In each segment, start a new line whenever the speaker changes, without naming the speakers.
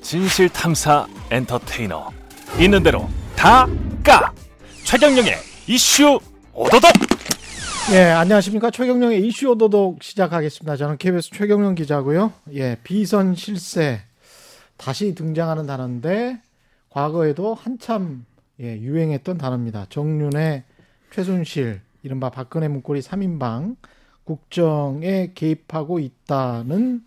진실 탐사 엔터테이너 있는 대로 다 까 최경영의 이슈 오도독
예, 안녕하십니까. 최경령의 이슈 오도독 시작하겠습니다. 저는 KBS 최경령 기자고요. 예, 비선 실세. 다시 등장하는 단어인데, 과거에도 한참 예, 유행했던 단어입니다. 정윤의 최순실, 이른바 박근혜 문고리 3인방, 국정에 개입하고 있다는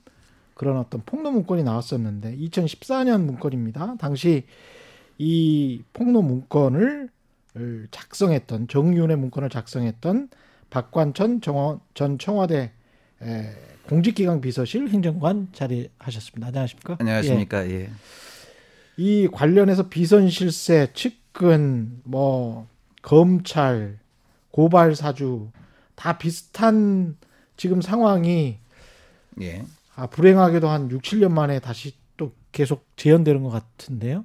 그런 어떤 폭로 문건이 나왔었는데, 2014년 문건입니다. 당시 이 폭로 문건을 작성했던 정윤의 문건을 작성했던 박관천 정원- 전 청와대 에, 공직기강 비서실 행정관 자리하셨습니다. 안녕하십니까?
안녕하십니까. 예.
예. 이 관련해서 비선실세, 측근, 뭐 검찰, 고발 사주 다 비슷한 지금 상황이
예.
아, 불행하게도 한 6, 7년 만에 다시 또 계속 재현되는 것 같은데요.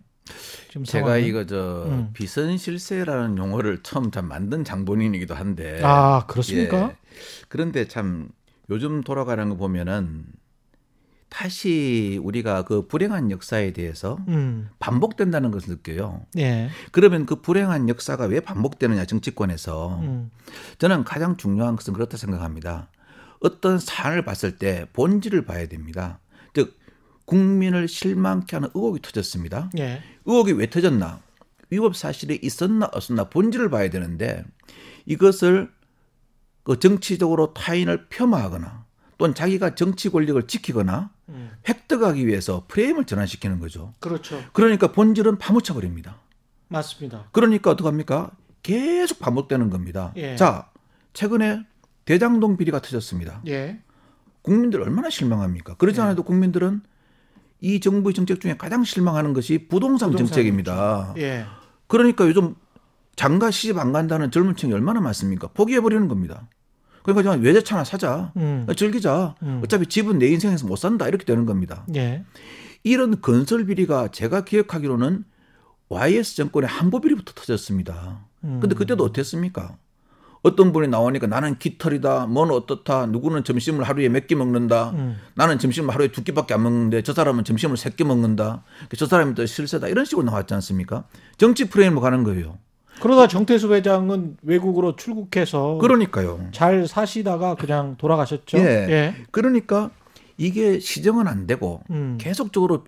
지금
제가
상황은.
이거 저
음.
비선실세라는 용어를 처음 참 만든 장본인이기도 한데.
아 그렇습니까?
예. 그런데 참 요즘 돌아가는 거 보면은 다시 우리가 그 불행한 역사에 대해서
음,
반복된다는 것을 느껴요.
예,
그러면 그 불행한 역사가 왜 반복되느냐 정치권에서
음,
저는 가장 중요한 것은 그렇다 생각합니다. 어떤 사안을 봤을 때 본질을 봐야 됩니다. 즉 국민을 실망케 하는 의혹이 터졌습니다.
예,
의혹이 왜 터졌나? 위법 사실이 있었나 없었나 본질을 봐야 되는데 이것을 그 정치적으로 타인을 폄하하거나 또는 자기가 정치 권력을 지키거나
음,
획득하기 위해서 프레임을 전환시키는 거죠.
그렇죠.
그러니까 본질은 파묻혀 버립니다.
맞습니다.
그러니까 어떡합니까? 계속 반복되는 겁니다.
예.
자, 최근에 대장동 비리가 터졌습니다.
예.
국민들 얼마나 실망합니까? 그러지 않아도 국민들은 이 정부의 정책 중에 가장 실망하는 것이 부동산,
부동산
정책입니다.
예.
그러니까 요즘 장가 시집 안 간다는 젊은 층이 얼마나 많습니까? 포기해 버리는 겁니다. 그러니까 그냥 외제차 하나 사자.
음.
즐기자.
음.
어차피 집은 내 인생에서 못 산다. 이렇게 되는 겁니다.
예.
이런 건설 비리가 제가 기억하기로는 YS 정권의 한보 비리부터 터졌습니다.
음.
근데 그때도 어땠습니까? 어떤 분이 나오니까 나는 깃털이다. 뭔 어떻다. 누구는 점심을 하루에 몇 끼 먹는다.
음.
나는 점심을 하루에 두 끼밖에 안 먹는데 저 사람은 점심을 세 끼 먹는다. 저 사람이 더 실세다. 이런 식으로 나왔지 않습니까? 정치 프레임으로 가는 거예요.
그러다 정태수 회장은 외국으로 출국해서
그러니까요.
잘 사시다가 그냥 돌아가셨죠.
예.
예.
그러니까 이게 시정은 안 되고
음.
계속적으로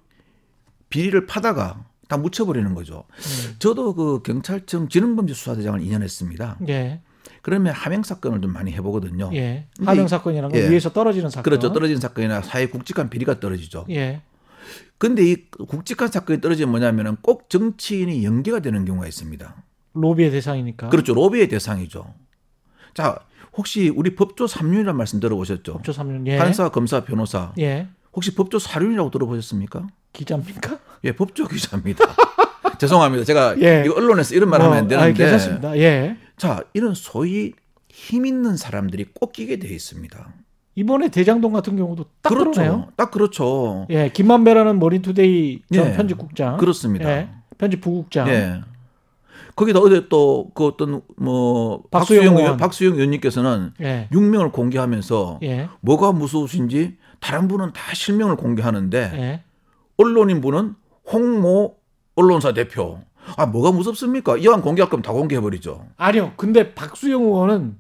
비리를 파다가 다 묻혀버리는 거죠.
음.
저도 그 경찰청 지능범죄 수사대장을 2년 했습니다.
예.
그러면 함행 사건을 좀 많이 해보거든요.
예.
근데
하명
이-
사건이라는 건
예.
위에서 떨어지는 사건.
그렇죠. 떨어진 사건이나 사회 굵직한 비리가 떨어지죠.
예.
근데 이 굵직한 사건이 떨어지면 뭐냐면은 꼭 정치인이 연계가 되는 경우가 있습니다.
로비의 대상이니까.
그렇죠. 로비의 대상이죠. 자, 혹시 우리 법조 3륜이라는 말씀 들어보셨죠?
법조 3년. 예.
판사, 검사, 변호사.
예.
혹시 법조 4륜이라고 들어보셨습니까?
기자입니까?
예, 법조 기자입니다. 죄송합니다. 제가
예.
이거 언론에서 이런 말 하면 안
뭐, 아니,
되는데.
괜찮습니다. 예.
자, 이런 소위 힘 있는 사람들이 꼭 끼게 돼 있습니다.
이번에 대장동 같은 경우도 딱
그렇죠.
러네요
딱 그렇죠.
예. 김만배라는 머린투데이 전
예.
편집국장.
그렇습니다.
예. 편집 부국장.
예. 거기다 어제 또 그 어떤 뭐
박수영
박수영
의원.
의원, 박수영 의원님께서는
예.
육명을 공개하면서
예.
뭐가 무서우신지 다른 분은 다 실명을 공개하는데
예.
언론인 분은 홍모 언론사 대표. 아 뭐가 무섭습니까? 이왕 공개할 거면 다 공개해 버리죠.
아니요. 근데 박수영 의원은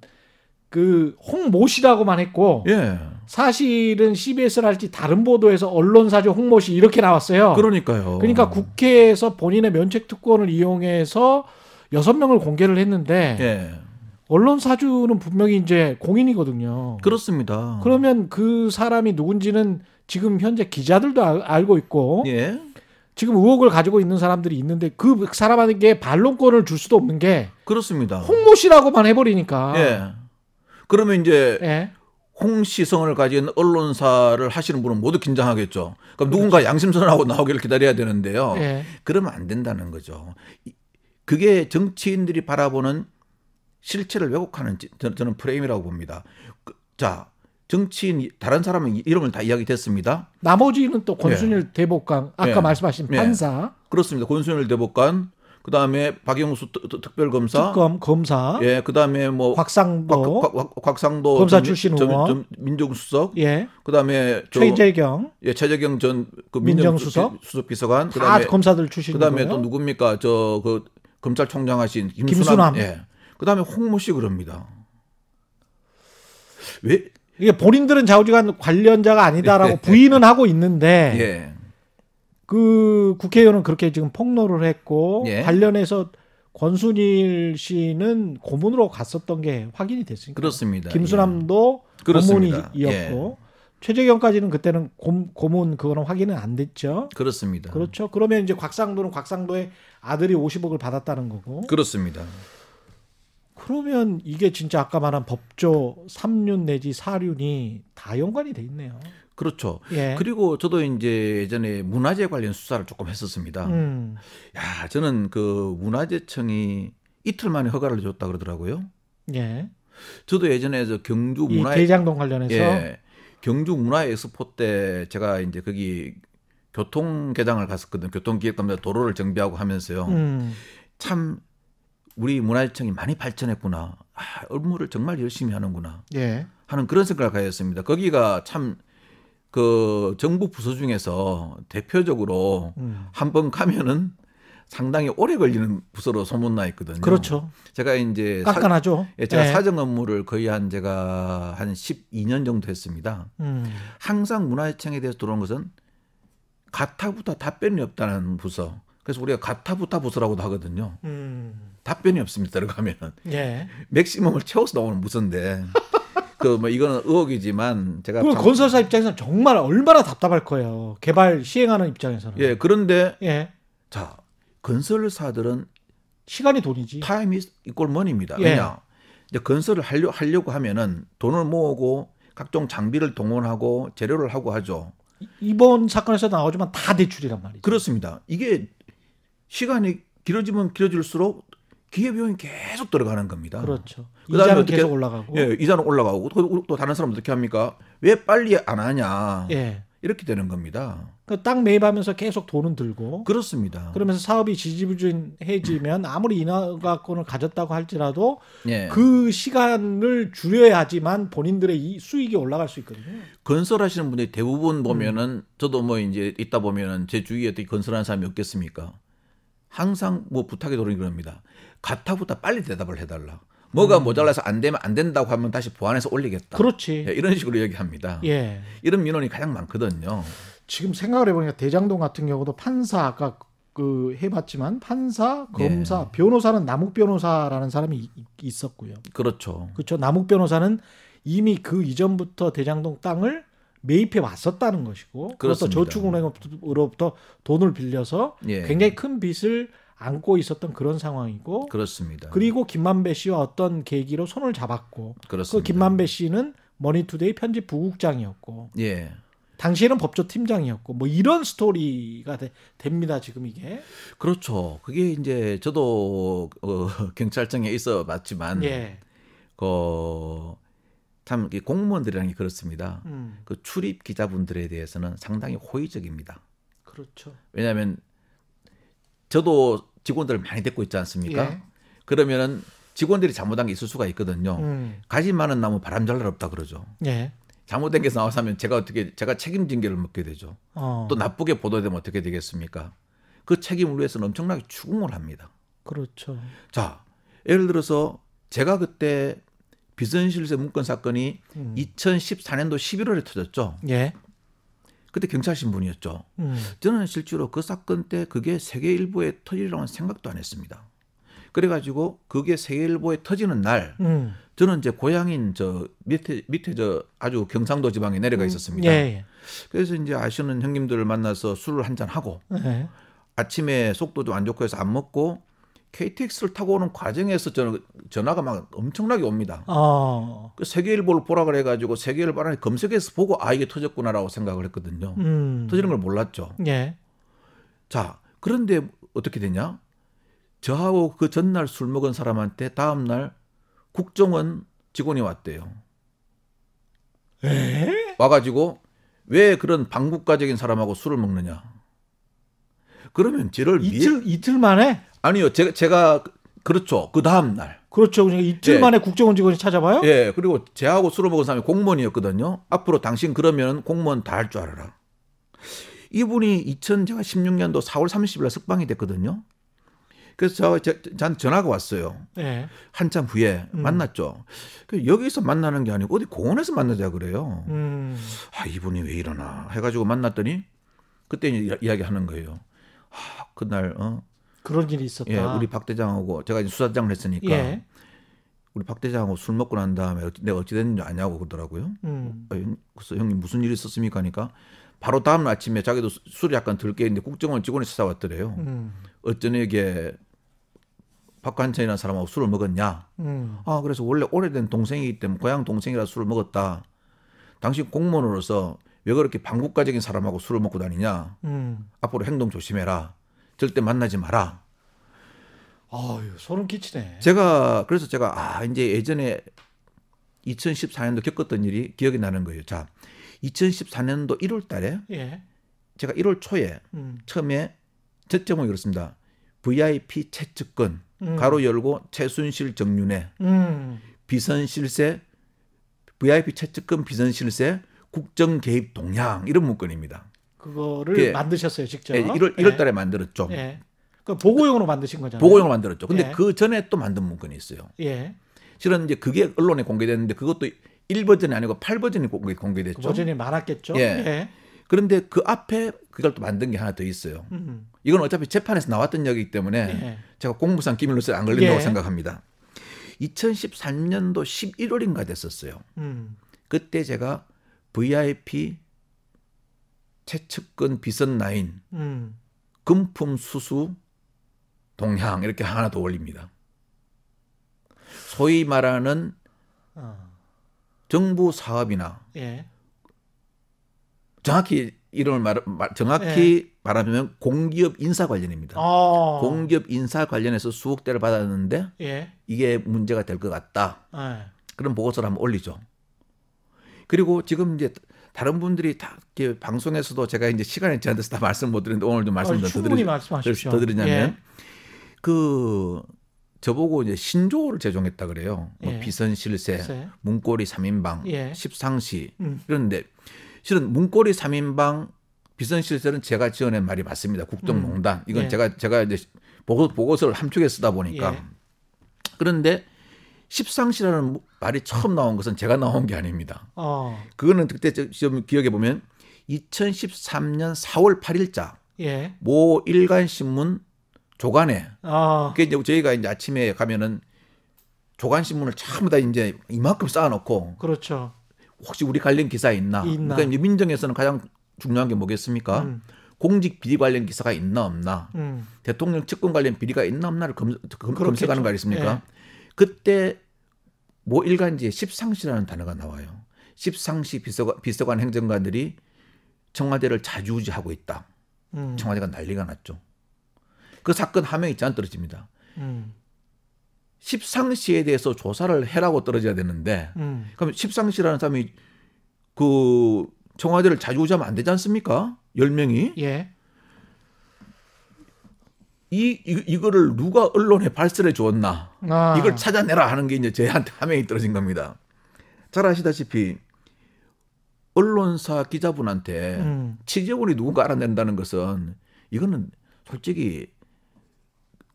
그 홍모 씨라고만 했고
예.
사실은 CBS를 할지 다른 보도에서 언론사주 홍모 씨 이렇게 나왔어요.
그러니까요.
그러니까 국회에서 본인의 면책 특권을 이용해서 여섯 명을 공개를 했는데
예.
언론사주는 분명히 이제 공인이거든요.
그렇죠. 그렇습니다.
그러면 그 사람이 누군지는 지금 현재 기자들도 알- 알고 있고
예.
지금 의혹을 가지고 있는 사람들이 있는데 그 사람에게 반론권을 줄 수도 없는 게
그렇습니다.
홍모 씨라고만 해버리니까
예. 그러면 이제
예.
홍시성을 가진 언론사를 하시는 분은 모두 긴장하겠죠. 네. 그럼 누군가 양심선하고 나오기를 기다려야 되는데요.
예.
그러면 안 된다는 거죠. 이- 그게 정치인들이 바라보는 실체를 왜곡하는 지- 저- 저는 프레임이라고 봅니다. 그- 자, 정치인 이- 다른 사람은 이- 이름을 다 이야기됐습니다.
나머지는 또 권순일 대법관 아까
예.
말씀하신
예.
판사
그렇습니다. 권순일 대법관 그다음에 박영수 특- 특- 특별검사
특검 검사
예, 그다음에 뭐
어? 곽상도
곽- 곽- 곽상도
검사
전-
출신
전-
의원.
전 민정수석
예
그다음에 저
최재경
예, 최재경 전그
민정수석?
수석 비서관
다
그다음에
검사들 출신이고요.
그다음에 또 누굽니까? 저 그 검찰총장 하신 김수남,
김수남.
예. 그다음에 홍모 씨 그럽니다. 왜
이게 본인들은 좌우지간 관련자가 아니다라고 부인은 하고 있는데
예.
그 국회의원은 그렇게 지금 폭로를 했고
예.
관련해서 권순일 씨는 고문으로 갔었던 게 확인이 됐으니까
그렇습니다.
김수남도
예. 그렇습니다. 예,
고문이었고 최재경까지는 그때는 고, 고문 그거는 확인은 안 됐죠.
그렇습니다.
그렇죠. 그러면 이제 곽상도는 곽상도의 아들이 50억을 받았다는 거고.
그렇습니다.
그러면 이게 진짜 아까 말한 법조 3륜 내지 4륜이 다 연관이 돼 있네요.
그렇죠.
예.
그리고 저도 이제 예전에 문화재 관련 수사를 조금 했었습니다.
음.
야, 저는 그 문화재청이 이틀 만에 허가를 줬다 그러더라고요.
예.
저도 예전에 저 경주
이
그 문화
대장동 관련해서
예, 경주 문화 엑스포 때 제가 이제 거기 교통 개장을 갔었거든요. 교통기획담사 도로를 정비하고 하면서요.
음.
참 우리 문화재청이 많이 발전했구나. 아, 업무를 정말 열심히 하는구나
예.
하는 그런 생각을 가졌습니다. 거기가 참 그 정부 부서 중에서 대표적으로
음.
한 번 가면은 상당히 오래 걸리는 부서로 소문나 있거든요.
그렇죠.
제가 이제 사-
깐깐하죠.
음. 예, 제가
예.
사정 업무를 거의 한 제가 한 12년 정도 했습니다.
음.
항상 문화재청에 대해서 들어온 것은 가타부타 답변이 없다는 부서. 그래서 우리가 가타부타 부서라고도 하거든요.
음.
답변이 없습니다. 들어가면은
예.
맥시멈을 채워서 나오는 부서인데 그 뭐 이거는 의혹이지만 제가
그리고
참-
건설사 입장에서는 정말 얼마나 답답할 거예요. 개발 시행하는 입장에서는.
예 그런데
예.
자 건설사들은
시간이 돈이지.
타임이 이꼴 머니입니다.
예.
왜냐 이제 건설을 하려, 하려고 하면은 돈을 모으고 각종 장비를 동원하고 재료를 하고 하죠.
이번 사건에서 나오지만 다 대출이란 말이죠.
그렇습니다. 이게 시간이 길어지면 길어질수록 기회비용이 계속 들어가는 겁니다.
그렇죠.
그다음에
이자는
어떻게-
계속 올라가고.
예, 이자는 올라가고 또, 또 다른 사람 어떻게 합니까? 왜 빨리 안 하냐
예. 그러니까
이렇게 되는 겁니다.
그땅 매입하면서 계속 돈은 들고.
그렇습니다.
그러면서 사업이 지지부진해지면 아무리 인허가권을 가졌다고 할지라도
예.
그 시간을 줄여야지만 본인들의 이 수익이 올라갈 수 있거든요.
건설하시는 분들이
음.
대부분 보면은 저도 뭐 이제 있다 보면은 제 주위에 어떻게 건설하는 사람이 없겠습니까? 항상 뭐 부탁이 들어오니 그럽니다. 가타부타 빨리 대답을 해달라. 뭐가 모자라서 안 되면 안 된다고 하면 다시 보완해서
음.
올리겠다.
그렇지.
예, 이런 식으로 얘기합니다.
예.
이런 민원이 가장 많거든요.
지금 생각을 해보니까 대장동 같은 경우도 판사 아까 그 해봤지만 판사, 검사, 변호사는 남욱 변호사라는 사람이 이- 있었고요.
그렇죠.
그렇죠. 남욱 변호사는 이미 그 이전부터 대장동 땅을 매입해 왔었다는 것이고 그것도
그렇습니다.
저축은행으로부터 돈을 빌려서
예.
굉장히 큰 빚을 안고 있었던 그런 상황이고
그렇습니다.
그리고 김만배 씨와 어떤 계기로 손을 잡았고 그
그렇습니다.
김만배 씨는 머니투데이 편집 부국장이었고
예.
당시에는 법조 팀장이었고 뭐 이런 스토리가 되- 됩니다 지금 이게
그렇죠. 그게 이제 저도 어, 경찰청에 있어 봤지만
예
그참 공무원들이라는 게 그렇습니다.
음,
그 출입 기자분들에 대해서는 상당히 호의적입니다.
그렇죠
왜냐하면 저도 직원들을 많이 데리고 있지 않습니까?
예.
그러면은 직원들이 잘못한 게 있을 수가 있거든요.
음,
가지 많은 나무 바람잘 날 없다 그러죠.
예
잘못된 게 나와서 하면 제가 어떻게 제가 책임 징계를 묻게 되죠.
어,
또 나쁘게 보도되면 어떻게 되겠습니까? 그 책임을 위해서는 엄청나게 추궁을 합니다.
그렇죠
자, 예를 들어서 제가 그때 비선실세 문건 사건이
음.
2014년도 11월에 터졌죠.
예
그때 경찰 신분이었죠.
음,
저는 실제로 그 사건 때 그게 세계일보에 터지리라고는 생각도 안 했습니다. 그래가지고 그게 세계일보에 터지는 날
음.
저는 이제 고향인 저 밑에 밑에 저 아주 경상도 지방에 내려가 있었습니다.
예,
그래서 이제 아시는 형님들을 만나서 술을 한잔 하고
예. 예.
아침에 속도 좀 안 좋고 해서 안 먹고 KTX를 타고 오는 과정에서 저는 전화가 막 엄청나게 옵니다.
어,
그 세계일보를 보라 그래가지고 세계일보를 검색해서 보고 아 이게 터졌구나라고 생각을 했거든요.
음,
터지는 걸 몰랐죠.
예,
자 그런데 어떻게 되냐? 저하고 그 전날 술 먹은 사람한테 다음 날 국정원 직원이 왔대요.
예?
와가지고 왜 그런 반국가적인 사람하고 술을 먹느냐? 그러면 쟤를 미해-
이틀 이틀 만에
아니요. 제가, 제가 그렇죠. 그 다음 날.
그렇죠. 그러니까 이틀
예.
만에 국정원 직원이 찾아봐요?
예. 그리고 제하고 술을 먹은 사람이 공무원이었거든요. 앞으로 당신 그러면 공무원 다 할 줄 알아라. 이분이 2016년도 4월 30일 날 석방이 됐거든요. 그래서 저, 저, 저한테 전화가 왔어요.
예.
한참 후에
음.
만났죠. 그 여기서 만나는 게 아니고 어디 공원에서 만나자 그래요.
음.
아 이분이 왜 이러나 해가지고 만났더니 그때 이제 이야기하는 거예요. 아, 그날 어,
그런 일이 있었다.
예, 우리 박 대장하고 제가 이제 수사장을 했으니까
예.
우리 박 대장하고 술 먹고 난 다음에 어찌- 내가 어찌 됐는지 아냐고 그러더라고요.
음.
아, 형- 그래서 형님 무슨 일이 있었습니까? 하니까 바로 다음 날 아침에 자기도 수- 술이 약간 들게 있는데 국정원 직원이 찾아왔더래요.
음.
어쩌냐게 박관천이라는 사람하고 술을 먹었냐?
음.
아 그래서 원래 오래된 동생이기 때문에 고향 동생이라 술을 먹었다. 당신 공무원으로서 왜 그렇게 반국가적인 사람하고 술을 먹고 다니냐?
음.
앞으로 행동 조심해라. 절대 만나지 마라.
아유, 소름 끼치네.
제가 그래서 제가 아 이제 예전에 2014년도 겪었던 일이 기억이 나는 거예요. 자, 2014년도 1월달에
예.
제가 1월 초에
음.
처음에 제 제목이 그렇습니다. VIP 채측근
음.
가로 열고 최순실 정윤회
음.
비선실세 VIP 채측금 비선실세 국정 개입 동향 이런 문건입니다.
그거를
예.
만드셨어요, 직접.
예, 1월 1월 달에 만들었죠.
예. 예. 그 보고용으로 만드신 거잖아요.
보고용을 만들었죠. 근데
예.
그 전에 또 만든 문건이 있어요.
예.
실은 이제 그게 언론에 공개됐는데 그것도 1버전이 아니고 8버전이 공개,
그
공개됐죠.
버전이 많았겠죠.
예.
예.
그런데 그 앞에 그걸 또 만든 게 하나 더 있어요.
음.
이건 어차피 재판에서 나왔던 이야기이기 때문에
예.
제가 공무상 기밀로서 안 걸린다고
예.
생각합니다. 2013년도 11월인가 됐었어요.
음.
그때 제가 VIP 최측근 비선 라인
음.
금품 수수 동향 이렇게 하나 더 올립니다. 소위 말하는
어.
정부 사업이나
예.
정확히 이름을 말, 말- 정확히 말하면 공기업 인사 관련입니다.
어.
공기업 인사 관련해서 수억 대를 받았는데
예.
이게 문제가 될 것 같다.
예.
그런 보고서를 한번 올리죠. 그리고 지금 이제 다른 분들이 다 이렇게 방송에서도 제가 이제 시간이 제한돼서 다 말씀 못 드리는데 오늘 좀 말씀
어,
더,
충분히
드리,
말씀하십시오. 예.
더 드리냐면 그 저보고 이제 신조어를 제정했다 그래요. 뭐
예.
비선실세,
예.
문고리 3인방,
예.
십상시
음.
이런데 실은 문고리 3인방 비선실세는 제가 지어낸 말이 맞습니다. 국정농단 이건
예.
제가 제가 이제 보고, 보고서를 함축에 쓰다 보니까
예.
그런데 십상시라는 말이 처음 나온 것은 제가 나온 게 아닙니다.
어.
그거는 그때 저- 좀 기억해 보면 2013년 4월 8일자
예.
모 일간 신문 조간에
아.
그게 이제 저희가 이제 아침에 가면은 조간 신문을 전부 다 이제 이만큼 쌓아놓고
그렇죠.
혹시 우리 관련 기사 있나?
있나.
그러니까 이제 민정에서는 가장 중요한 게 뭐겠습니까?
음.
공직 비리 관련 기사가 있나 없나?
음.
대통령 측근 관련 비리가 있나 없나를 검, 색하는거 아니겠습니까?
예.
그때 모 일간지에 십상시라는 단어가 나와요. 십상시 비서관, 비서관 행정관들이 청와대를 자주우지하고 있다.
음.
청와대가 난리가 났죠. 그 사건 하명이 짠 떨어집니다.
음.
십상시에 대해서 조사를 해라고 떨어져야 되는데
음.
그럼 십상시라는 사람이 그 청와대를 자주우지하면 안 되지 않습니까? 10명이.
예.
이, 이 이거를 누가 언론에 발설해 주었나?
아.
이걸 찾아내라 하는 게 이제 저희한테 하명이 떨어진 겁니다. 잘 아시다시피 언론사 기자분한테
음.
취재원이 누군가 알아낸다는 것은 이거는 솔직히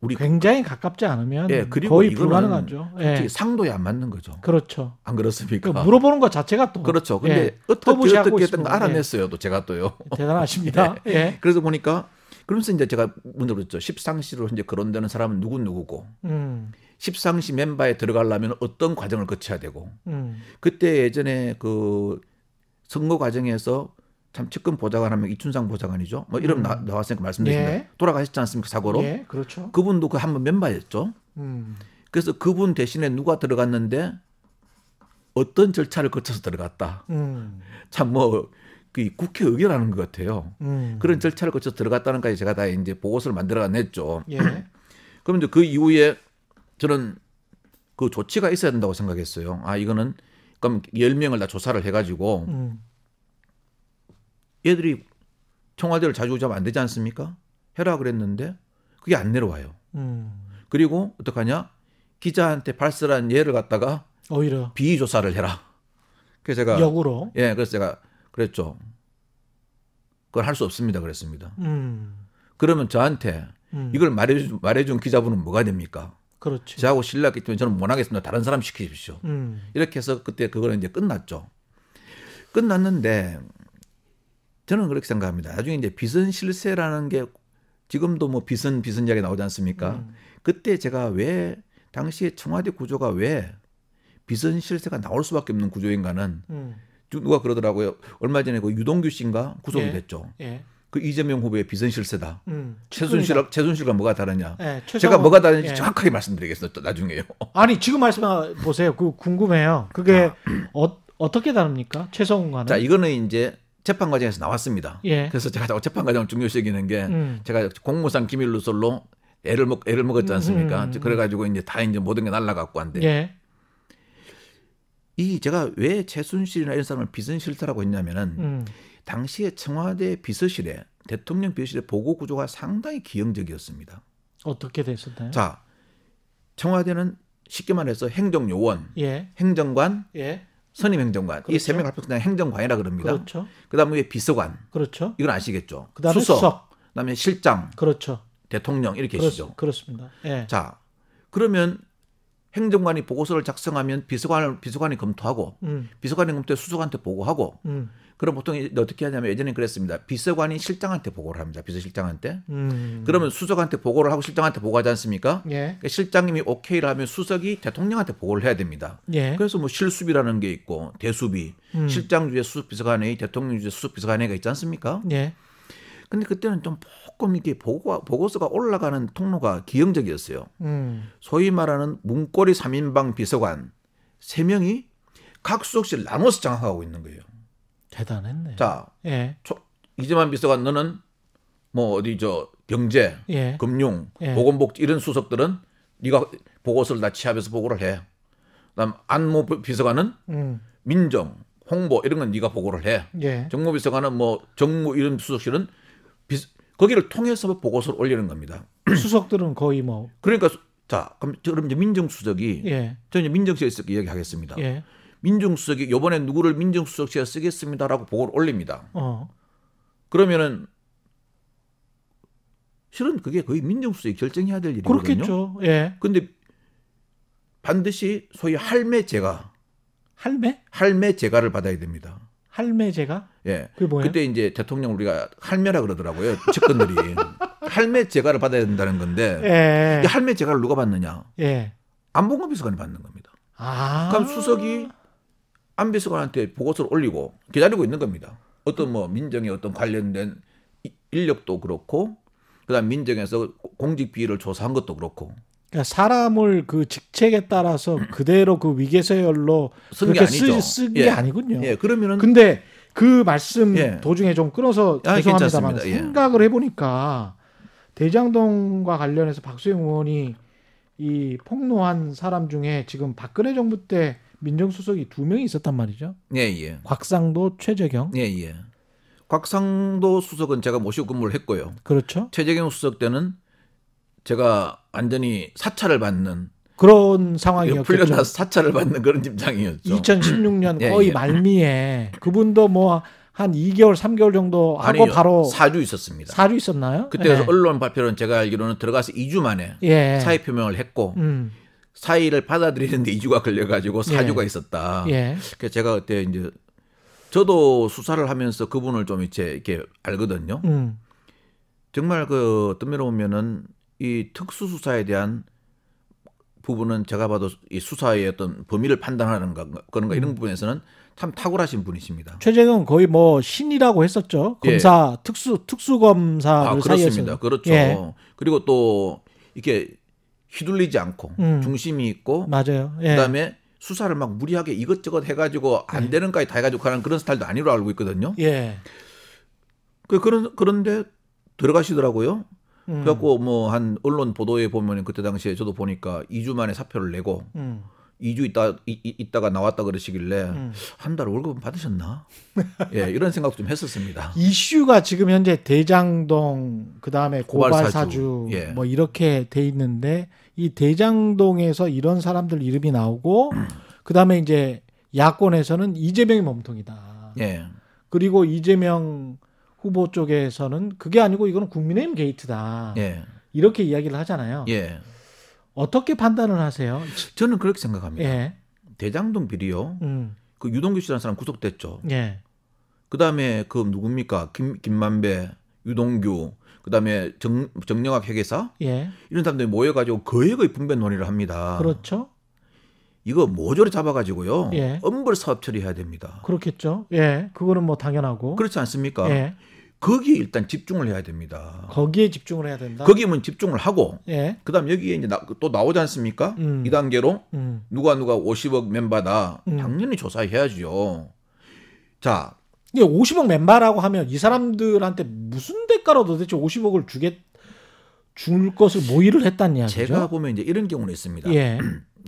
우리
굉장히 가깝지 않으면
예, 그리고
거의
이거는
불가능하죠.
솔직히
예.
상도에 안 맞는 거죠.
그렇죠.
안 그렇습니까?
그러니까 물어보는 것 자체가 또
그렇죠. 근데
예,
어떻게
터부시하고
어떻게 했던 거
있습니다. 예.
알아냈어요. 또 제가 또요. 어,
대단하십니다. 예.
그래서 보니까 그러면서 이제 제가 문제 그랬죠. 십상시로 이제 거론되는 사람은 누구 누구고
음.
십상시 멤버에 들어가려면 어떤 과정을 거쳐야 되고
음.
그때 예전에 그 선거 과정에서 참 측근 보좌관 하면 이춘상 보좌관이죠. 뭐 이름 나, 나왔으니까 말씀드립니다.
음. 예.
돌아가셨지 않습니까 사고로?
예. 그렇죠.
그분도 그 한번 멤버였죠.
음.
그래서 그분 대신에 누가 들어갔는데 어떤 절차를 거쳐서 들어갔다.
음.
참 뭐 그 국회 의결하는 것 같아요.
음.
그런 절차를 거쳐서 들어갔다는 까지 제가 다 이제 보고서를 만들어 냈죠.
예.
그럼 이제 그 이후에 저는 그 조치가 있어야 된다고 생각했어요. 아 이거는 그럼 10명을 다 조사를 해가지고
음.
얘들이 청와대를 자주 오자면 안 되지 않습니까? 해라 그랬는데 그게 안 내려와요.
음.
그리고 어떡하냐? 기자한테 발설한 예를 갖다가
오히려
비위 조사를 해라. 그래서 제가
역으로.
예, 그래서 제가 그랬죠. 그걸 할 수 없습니다. 그랬습니다.
음.
그러면 저한테
음.
이걸 말해준, 말해준 기자분은 뭐가 됩니까?
그렇지.
저하고 신뢰했기 때문에 저는 못하겠습니다. 다른 사람 시키십시오.
음.
이렇게 해서 그때 그거는 이제 끝났죠. 끝났는데 저는 그렇게 생각합니다. 나중에 이제 비선 실세라는 게 지금도 뭐 비선 비선 이야기 나오지 않습니까?
음.
그때 제가 왜 당시에 청와대 구조가 왜 비선 실세가 나올 수밖에 없는 구조인가는
음.
누가 그러더라고요. 얼마 전에 그 유동규 씨인가 구속이
예.
됐죠.
예.
그 이재명 후보의 비선 실세다.
음.
최순실과 최순실과 뭐가 다르냐?
예,
제가
최상원-
뭐가 다른지
예.
정확하게 말씀드리겠어요. 또 나중에요.
아니 지금 말씀 보세요. 그 궁금해요. 그게 어, 어떻게 다릅니까? 최성훈과는?
아. 자, 이거는 이제 재판 과정에서 나왔습니다.
예.
그래서 제가 자꾸 재판 과정을 중요시 여기는 게
음.
제가 공무상 기밀 누설로 애를 먹 애를 먹었지 않습니까?
음.
그래가지고 이제 다 이제 모든 게 날라갔고 한데
예.
이 제가 왜 최순실이나 이런 사람을 비선 실태라고 했냐면은
음.
당시에 청와대 비서실에 대통령 비서실의 보고 구조가 상당히 기형적이었습니다.
어떻게 됐었나요?
자, 청와대는 쉽게 말해서 행정 요원,
예.
행정관,
예.
선임 행정관 이
그렇죠.
세 명을 합쳐서 행정관이라 그럽니다.
그렇죠.
그다음에 위에 비서관
그렇죠.
이건 아시겠죠?
그다음에
수석,
수석.
그다음에 실장,
그렇죠.
대통령 이렇게
그렇,
계시죠.
그렇습니다. 예.
자, 그러면 행정관이 보고서를 작성하면 비서관을 비서관이 검토하고
음.
비서관이 검토해 수석한테 보고하고
음.
그럼 보통 이제 어떻게 하냐면 예전에 그랬습니다. 비서관이 실장한테 보고를 합니다. 비서실장한테.
음.
그러면 수석한테 보고를 하고 실장한테 보고하지 않습니까?
예.
그러니까 실장님이 오케이를 하면 수석이 대통령한테 보고를 해야 됩니다.
예.
그래서 뭐 실수비라는 게 있고 대수비,
음.
실장 주에 수석 비서관회의, 대통령 주에 수석 비서관회의가 있지 않습니까?
예.
근데 그때는 좀 조금 이게 보고 보고서가 올라가는 통로가 기형적이었어요.
음.
소위 말하는 문고리 3인방 비서관 3명이 각 수석실 나눠서 장악하고 있는 거예요.
대단했네.
자,
예.
초, 이재만 비서관 너는 뭐 어디 저 경제,
예.
금융,
예.
보건복지 이런 수석들은 네가 보고서를 다 취합해서 보고를 해. 그다음 안모 비- 비서관은
음.
민정, 홍보 이런 건 네가 보고를 해.
예.
정무 비서관은 뭐 정무 이런 수석실은 비, 거기를 통해서 보고서를 올리는 겁니다.
수석들은 거의 뭐
그러니까 수- 자 그럼 그럼 이제 민정수석이
예.
저는 이제 민정수석에서 이야기하겠습니다.
예.
민정수석이 요번에 누구를 민정수석실에 쓰겠습니다라고 보고를 올립니다.
어.
그러면은 실은 그게 거의 민정수석이 결정해야 될 일이거든요.
그렇겠죠. 예.
근데 반드시 소위 할매 제가
할매?
할매 제가를 받아야 됩니다.
할매 제가?
예.
그게 뭐예요?
그때 이제 대통령 우리가 할매라 그러더라고요. 측근들이 할매 제가를 받아야 된다는 건데
예.
이 할매 제가를 누가 받느냐?
예.
안봉근 비서관이 받는 겁니다.
아.
그럼 수석이 안 비서관한테 보고서를 올리고 기다리고 있는 겁니다. 어떤 뭐 민정에 어떤 관련된 이- 인력도 그렇고 그다음 민정에서 고- 공직 비위를 조사한 것도 그렇고
그러니까 사람을 그 직책에 따라서 그대로 그 위계서열로
쓴게
그렇게 쓰,
아니죠.
쓴
예.
게 아니군요.
예 그러면은
근데 그 말씀
예.
도중에 좀 끊어서
아,
죄송합니다만
괜찮습니다. 예.
생각을 해보니까 대장동과 관련해서 박수영 의원이 이 폭로한 사람 중에 지금 박근혜 정부 때 민정수석이 두 명이 있었단 말이죠.
예예예예 예,
곽상도, 최재경.
곽상도 수석은 제가 모시고 근무를 했고요.
그렇죠.
최재경 수석 때는 제가 완전히 사찰을 받는
그런 상황이었죠.
풀려나서 사찰을 받는 그런 입장이었죠.
2016년
예,
거의
예.
말미에 그분도 뭐 한 2개월, 3개월 정도 하고
아니요,
바로
사주 있었습니다.
사주 있었나요?
그때
예.
그래서 언론 발표는 제가 알기로는 들어가서 2주 만에
예.
사의 표명을 했고
음.
사의를 받아들이는데 2주가 걸려가지고
예.
사주가 있었다.
예.
그래서 제가 그때 이제 저도 수사를 하면서 그분을 좀 이제 이렇게 알거든요.
음.
정말 그 어떤 면로 보면은 이 특수 수사에 대한 부분은 제가 봐도 이 수사의 어떤 범위를 판단하는 가 그런가
음.
이런 부분에서는 참 탁월하신 분이십니다.
최재경 거의 뭐 신이라고 했었죠.
예.
검사 특수 특수 검사를
아
사이에서.
그렇습니다. 그렇죠.
예.
그리고 또 이렇게 휘둘리지 않고
음.
중심이 있고
맞아요. 예.
그다음에 수사를 막 무리하게 이것저것 해가지고 안 되는 까지 다 해가지고 가는 그런 스타일도 아니로 알고 있거든요.
예.
그 그런 그런데 들어가시더라고요.
음.
그래갖고 뭐 한 언론 보도에 보면 그때 당시에 저도 보니까 2주 만에 사표를 내고
음.
2주 있다 이- 이- 있다가 나왔다 그러시길래
음.
한 달 월급 받으셨나? 예, 이런 생각도 좀 했었습니다.
이슈가 지금 현재 대장동 그다음에
고발사주,
고발사주
예.
뭐 이렇게 돼 있는데 이 대장동에서 이런 사람들 이름이 나오고 그다음에 이제 야권에서는 이재명이 몸통이다.
예.
그리고 이재명 후보 쪽에서는 그게 아니고 이거는 국민의힘 게이트다.
예.
이렇게 이야기를 하잖아요.
예.
어떻게 판단을 하세요?
저는 그렇게 생각합니다.
예.
대장동 비리요.
음.
그 유동규 씨라는 사람 구속됐죠.
예.
그다음에 그 누굽니까? 김 김만배, 유동규, 그다음에 정 정영학 회계사
예.
이런 사람들이 모여 가지고 거액의 분배 논의를 합니다.
그렇죠.
이거 모조리 잡아 가지고요.
예.
엄벌 사업 처리해야 됩니다.
그렇겠죠. 예. 그거는 뭐 당연하고.
그렇지 않습니까?
예.
거기에 일단 집중을 해야 됩니다.
거기에 집중을 해야 된다.
거기면 집중을 하고
예.
그다음 여기에 이제 나, 또 나오지 않습니까?
음.
이 단계로
음.
누가 누가 50억 멤버다.
음.
당연히 조사해야지요. 자,
이게 50억 멤버라고 하면 이 사람들한테 무슨 대가로 도대체 50억을 주겠 줄 것을 모의를 했단 이야기죠.
제가 보면 이제 이런 경우는 있습니다.
아, 예.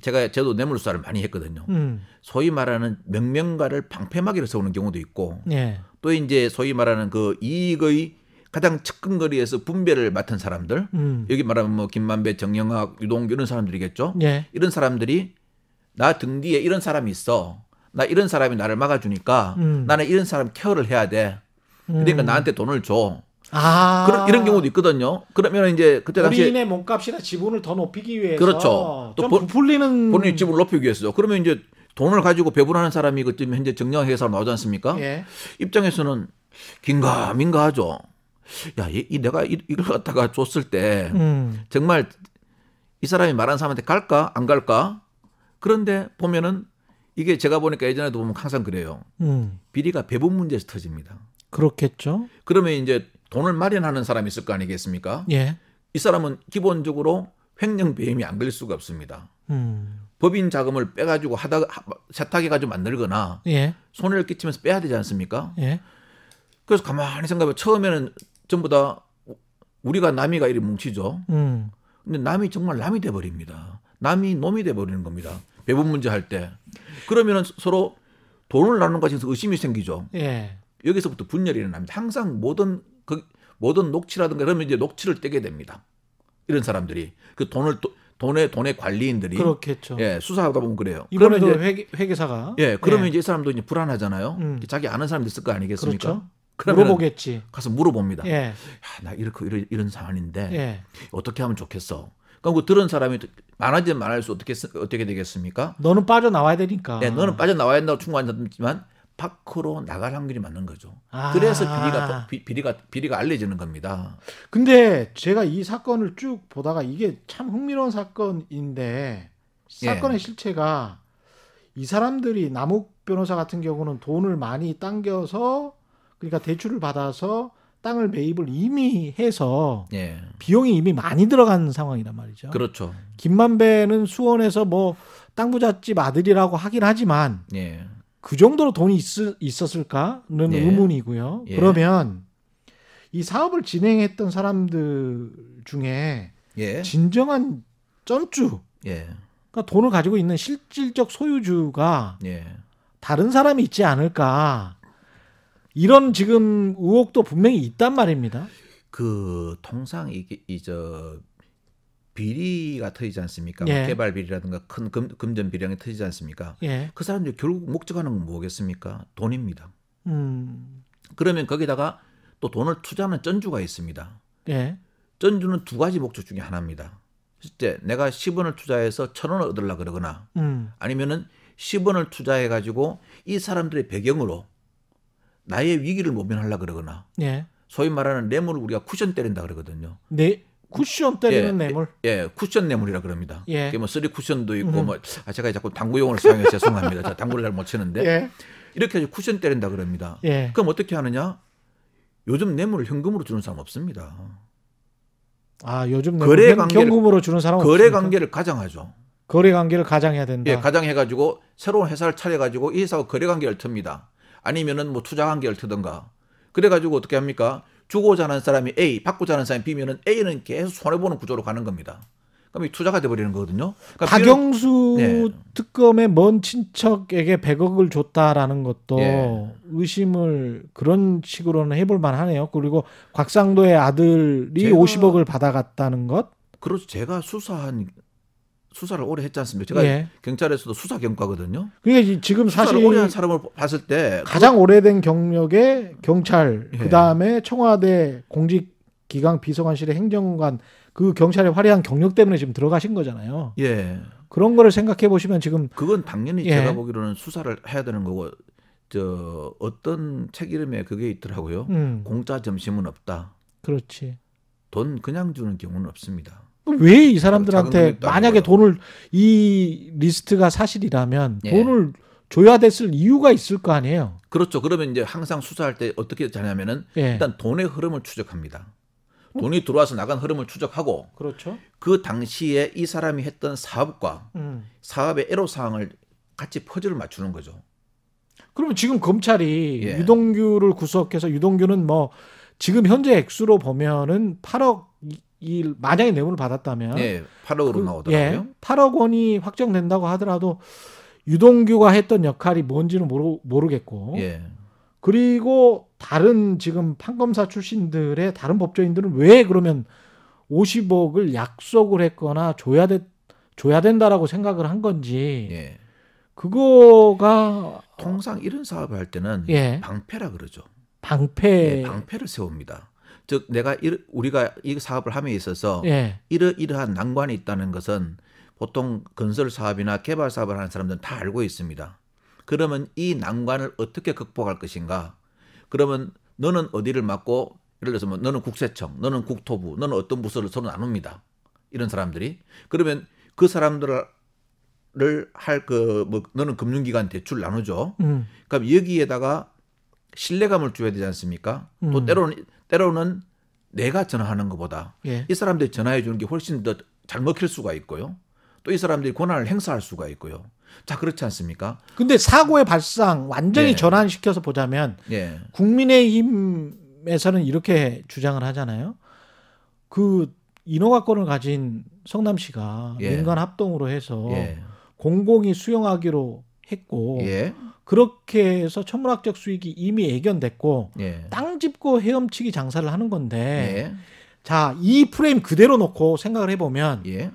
제가 저도 뇌물수사를 많이 했거든요.
음.
소위 말하는 명명가를 방패막이로 세우는 경우도 있고
예.
또 이제 소위 말하는 그 이익의 가장 측근거리에서 분배를 맡은 사람들
음.
여기 말하면 뭐 김만배, 정영학, 유동규 이런 사람들이겠죠.
예.
이런 사람들이 나 등 뒤에 이런 사람이 있어. 나 이런 사람이 나를 막아주니까
음.
나는 이런 사람 케어를 해야 돼. 그러니까
음.
나한테 돈을 줘.
아.
그런 이런 경우도 있거든요. 그러면 이제 그때 당시에
본인의 몸값이나 지분을 더 높이기 위해서
그렇죠. 또
좀
본-
부풀리는
본인 집을 높이기 위해서 그러면 이제 돈을 가지고 배분하는 사람이 그 지금 현재 정량 회사로 나오지 않습니까?
예.
입장에서는 긴가 민가 하죠. 야, 이, 이 내가 이, 이걸 갖다가 줬을 때
음.
정말 이 사람이 말한 사람한테 갈까 안 갈까? 그런데 보면은 이게 제가 보니까 예전에도 보면 항상 그래요.
음.
비리가 배분 문제에서 터집니다.
그렇겠죠.
그러면 이제 돈을 마련하는 사람이 있을 거 아니겠습니까?
예.
이 사람은 기본적으로 횡령 배임이 안 걸릴 수가 없습니다.
음.
법인 자금을 빼가지고 하다 세탁해가지고 만들거나
예.
손해를 끼치면서 빼야 되지 않습니까?
예.
그래서 가만히 생각해봐. 처음에는 전부 다 우리가 남이가 이리 뭉치죠.
음.
근데 남이 정말 남이 돼버립니다. 남이 놈이 돼버리는 겁니다. 배분 문제 할 때. 그러면은 서로 돈을 나누는 것에 대해서 의심이 생기죠.
예.
여기서부터 분열이 일어납니다. 항상 모든 그 모든 녹취라든가 그러면 이제 녹취를 떼게 됩니다. 이런 사람들이 그 돈을 또- 돈의 돈의 관리인들이
그렇겠죠.
예, 수사하다 보면 그래요. 그러면
이번에도
이제
회계, 회계사가
예, 그러면 이제 이 사람도 이제 불안하잖아요.
음.
자기 아는 사람도 있을 거 아니겠습니까?
그렇죠.
그러면
물어보겠지.
가서 물어봅니다.
예.
야, 나 이렇게 이런, 이런 상황인데
예.
어떻게 하면 좋겠어? 그럼 그 들은 사람이 많아지면 많아질수 어떻게 쓰- 어떻게 되겠습니까?
너는 빠져 나와야 되니까.
예, 너는 빠져 나와야 한다고 충고한다지만 밖으로 나갈 확률이 많은 거죠.
아.
그래서 비리가 비, 비리가 비리가 알려지는 겁니다.
근데 제가 이 사건을 쭉 보다가 이게 참 흥미로운 사건인데
예.
사건의 실체가 이 사람들이 남욱 변호사 같은 경우는 돈을 많이 당겨서 그러니까 대출을 받아서 땅을 매입을 이미 해서
예,
비용이 이미 많이 들어간 상황이란 말이죠.
그렇죠.
김만배는 수원에서 뭐 땅부잣집 아들이라고 하긴 하지만
예,
그 정도로 돈이 있, 었을까는
예.
의문이고요.
예.
그러면 이 사업을 진행했던 사람들 중에
예,
진정한 쩐주,
예,
그러니까 돈을 가지고 있는 실질적 소유주가
예,
다른 사람이 있지 않을까. 이런 지금 의혹도 분명히 있단 말입니다.
그 통상 이게 이저 비리가 터지지 않습니까? 뭐
예.
개발 비리라든가 큰 금, 금전 비리가 터지지 않습니까?
예.
그 사람들이 결국 목적하는 건 뭐겠습니까? 돈입니다.
음.
그러면 거기다가 또 돈을 투자하는 쩐주가 있습니다.
예.
쩐주는 두 가지 목적 중에 하나입니다. 실제 내가 10원을 투자해서 1000원을 얻으려 그러거나
음.
아니면은 10원을 투자해 가지고 이 사람들의 배경으로 나의 위기를 모면하려 그러거나
예.
소위 말하는 뇌물을 우리가 쿠션 때린다 그러거든요.
네. 쿠션 때리는
예.
뇌물.
예, 쿠션 뇌물이라 그럽니다.
예.
이게 뭐 쓰리 쿠션도 있고
음.
뭐 아, 제가 자꾸 당구 용어를 사용해서 죄송합니다. 제가 당구를 잘 못 치는데
예.
이렇게 해서 쿠션 때린다 그럽니다.
예.
그럼 어떻게 하느냐? 요즘 뇌물을 현금으로 주는 사람 없습니다.
아, 요즘 거래
거래 관계를-
경금으로 주는 사람
거래
없습니까? 그러니까.
관계를 가장하죠.
거래 관계를 가장해야 된다.
예, 가장해가지고 새로운 회사를 차려가지고 이 회사와 거래 관계를 틉니다. 아니면은 뭐 투자 관계를 트든가. 그래가지고 어떻게 합니까? 주고자 하는 사람이 A, 받고자 하는 사람이 B면은 A는 계속 손해보는 구조로 가는 겁니다. 그럼 이 투자가 돼버리는 거거든요. 그러니까
박영수
네.
특검의 먼 친척에게 100억을 줬다라는 것도
예.
의심을 그런 식으로는 해볼 만하네요. 그리고 곽상도의 아들이
제가-
50억을 받아갔다는 것.
그래서 그렇죠. 제가 수사한 수사를 오래 했지 않습니까? 제가
예.
경찰에서도 수사 경과거든요.
그러니까 이- 지금 사실
수사를 오래 한 사람을 봤을 때
가장 오래된 경력의 경찰,
예.
그 다음에 청와대 공직기강 비서관실의 행정관, 그 경찰의 화려한 경력 때문에 지금 들어가신 거잖아요.
예
그런 거를 생각해 보시면 지금
그건 당연히
예.
제가 보기로는 수사를 해야 되는 거고 저 어떤 책 이름에 그게 있더라고요.
음,
공짜 점심은 없다.
그렇지.
돈 그냥 주는 경우는 없습니다.
왜 이 사람들한테
자금 공격도
만약에
아니고요.
돈을 이 리스트가 사실이라면
예.
돈을 줘야 됐을 이유가 있을 거 아니에요.
그렇죠. 그러면 이제 항상 수사할 때 어떻게 하냐면은
예.
일단 돈의 흐름을 추적합니다. 돈이 들어와서 나간 흐름을 추적하고
그렇죠.
그 당시에 이 사람이 했던 사업과
음.
사업의 애로 사항을 같이 퍼즐을 맞추는 거죠.
그러면 지금 검찰이
예.
유동규를 구속해서 유동규는 뭐 지금 현재 액수로 보면은 8억 이 만약에 뇌물을 받았다면
예, 8억으로 나오더라고요.
8억 원이 확정된다고 하더라도 유동규가 했던 역할이 뭔지는 모르, 모르겠고
예.
그리고 다른 지금 판검사 출신들의 다른 법조인들은 왜 그러면 50억을 약속을 했거나 줘야 돼 줘야 된다라고 생각을 한 건지
예.
그거가
통상 이런 사업을 할 때는
예
방패라 그러죠.
방패
예, 방패를 세웁니다. 즉 내가 일, 우리가 이 사업을 함에 있어서
예
이러 이러한 난관이 있다는 것은 보통 건설 사업이나 개발 사업을 하는 사람들은 다 알고 있습니다. 그러면 이 난관을 어떻게 극복할 것인가? 그러면 너는 어디를 맡고 예를 들어서 뭐 너는 국세청, 너는 국토부, 너는 어떤 부서를 서로 나눕니다. 이런 사람들이 그러면 그 사람들을 할 그 뭐 너는 금융기관 대출 나누죠.
음.
그럼 여기에다가 신뢰감을 줘야 되지 않습니까? 또
음.
때로는 때로는 내가 전화하는 것보다
예.
이 사람들이 전화해 주는 게 훨씬 더 잘 먹힐 수가 있고요. 또 이 사람들이 권한을 행사할 수가 있고요. 자 그렇지 않습니까?
근데 사고의 발상 완전히
예.
전환시켜서 보자면
예,
국민의힘에서는 이렇게 주장을 하잖아요. 그 인허가권을 가진 성남시가
예.
민간 합동으로 해서
예,
공공이 수용하기로 했고
예,
그렇게 해서 천문학적 수익이 이미 애견됐고
예,
땅 짚고 헤엄치기 장사를 하는 건데
예,
자 이 프레임 그대로 놓고 생각을 해보면
예,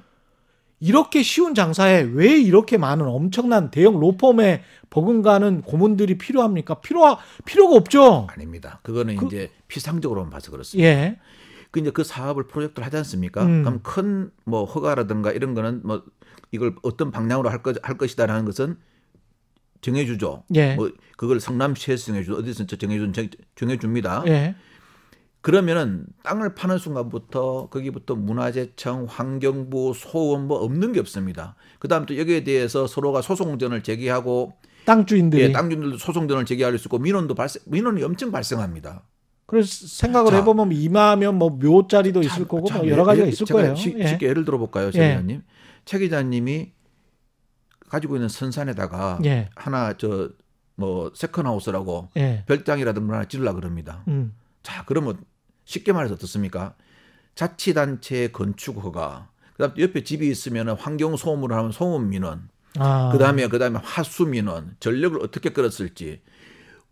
이렇게 쉬운 장사에 왜 이렇게 많은 엄청난 대형 로펌에 버금가는 고문들이 필요합니까? 필요 필요가 없죠.
아닙니다. 그거는
그-
이제 피상적으로만 봐서 그렇습니다.
예.
그 이제 그 사업을 프로젝트를 하지 않습니까?
음.
그럼 큰 뭐 허가라든가 이런 거는 뭐 이걸 어떤 방향으로 할, 것, 할 것이다라는 것은 정해주죠.
예.
뭐 그걸 성남시에서 정해주 어디서 정해준 정해줍니다.
예.
그러면은 땅을 파는 순간부터 거기부터 문화재청, 환경부, 소원 뭐 없는 게 없습니다. 그다음 또 여기에 대해서 서로가 소송전을 제기하고
땅 주인들이.
예, 땅주민들도 소송전을 제기할 수 있고 민원도 발생 민원이 엄청 발생합니다.
그래서 생각을
자.
해보면 이마하면 뭐 묘자리도 있을 거고
참,
뭐
참,
여러 가지가
예,
있을
제가
거예요.
쉽-
예.
쉽게 예를 들어볼까요, 최
예.
기자님? 최 기자님이 가지고 있는 선산에다가
예.
하나 저 뭐 세컨하우스라고
예.
별장이라든가 하나 지으려 그럽니다.
음.
자, 그러면 쉽게 말해서 어떻습니까? 자치단체의 건축 허가, 그다음 옆에 집이 있으면 환경 소음을 하면 소음 민원,
아.
그다음에 그다음에 화수 민원, 전력을 어떻게 끌었을지,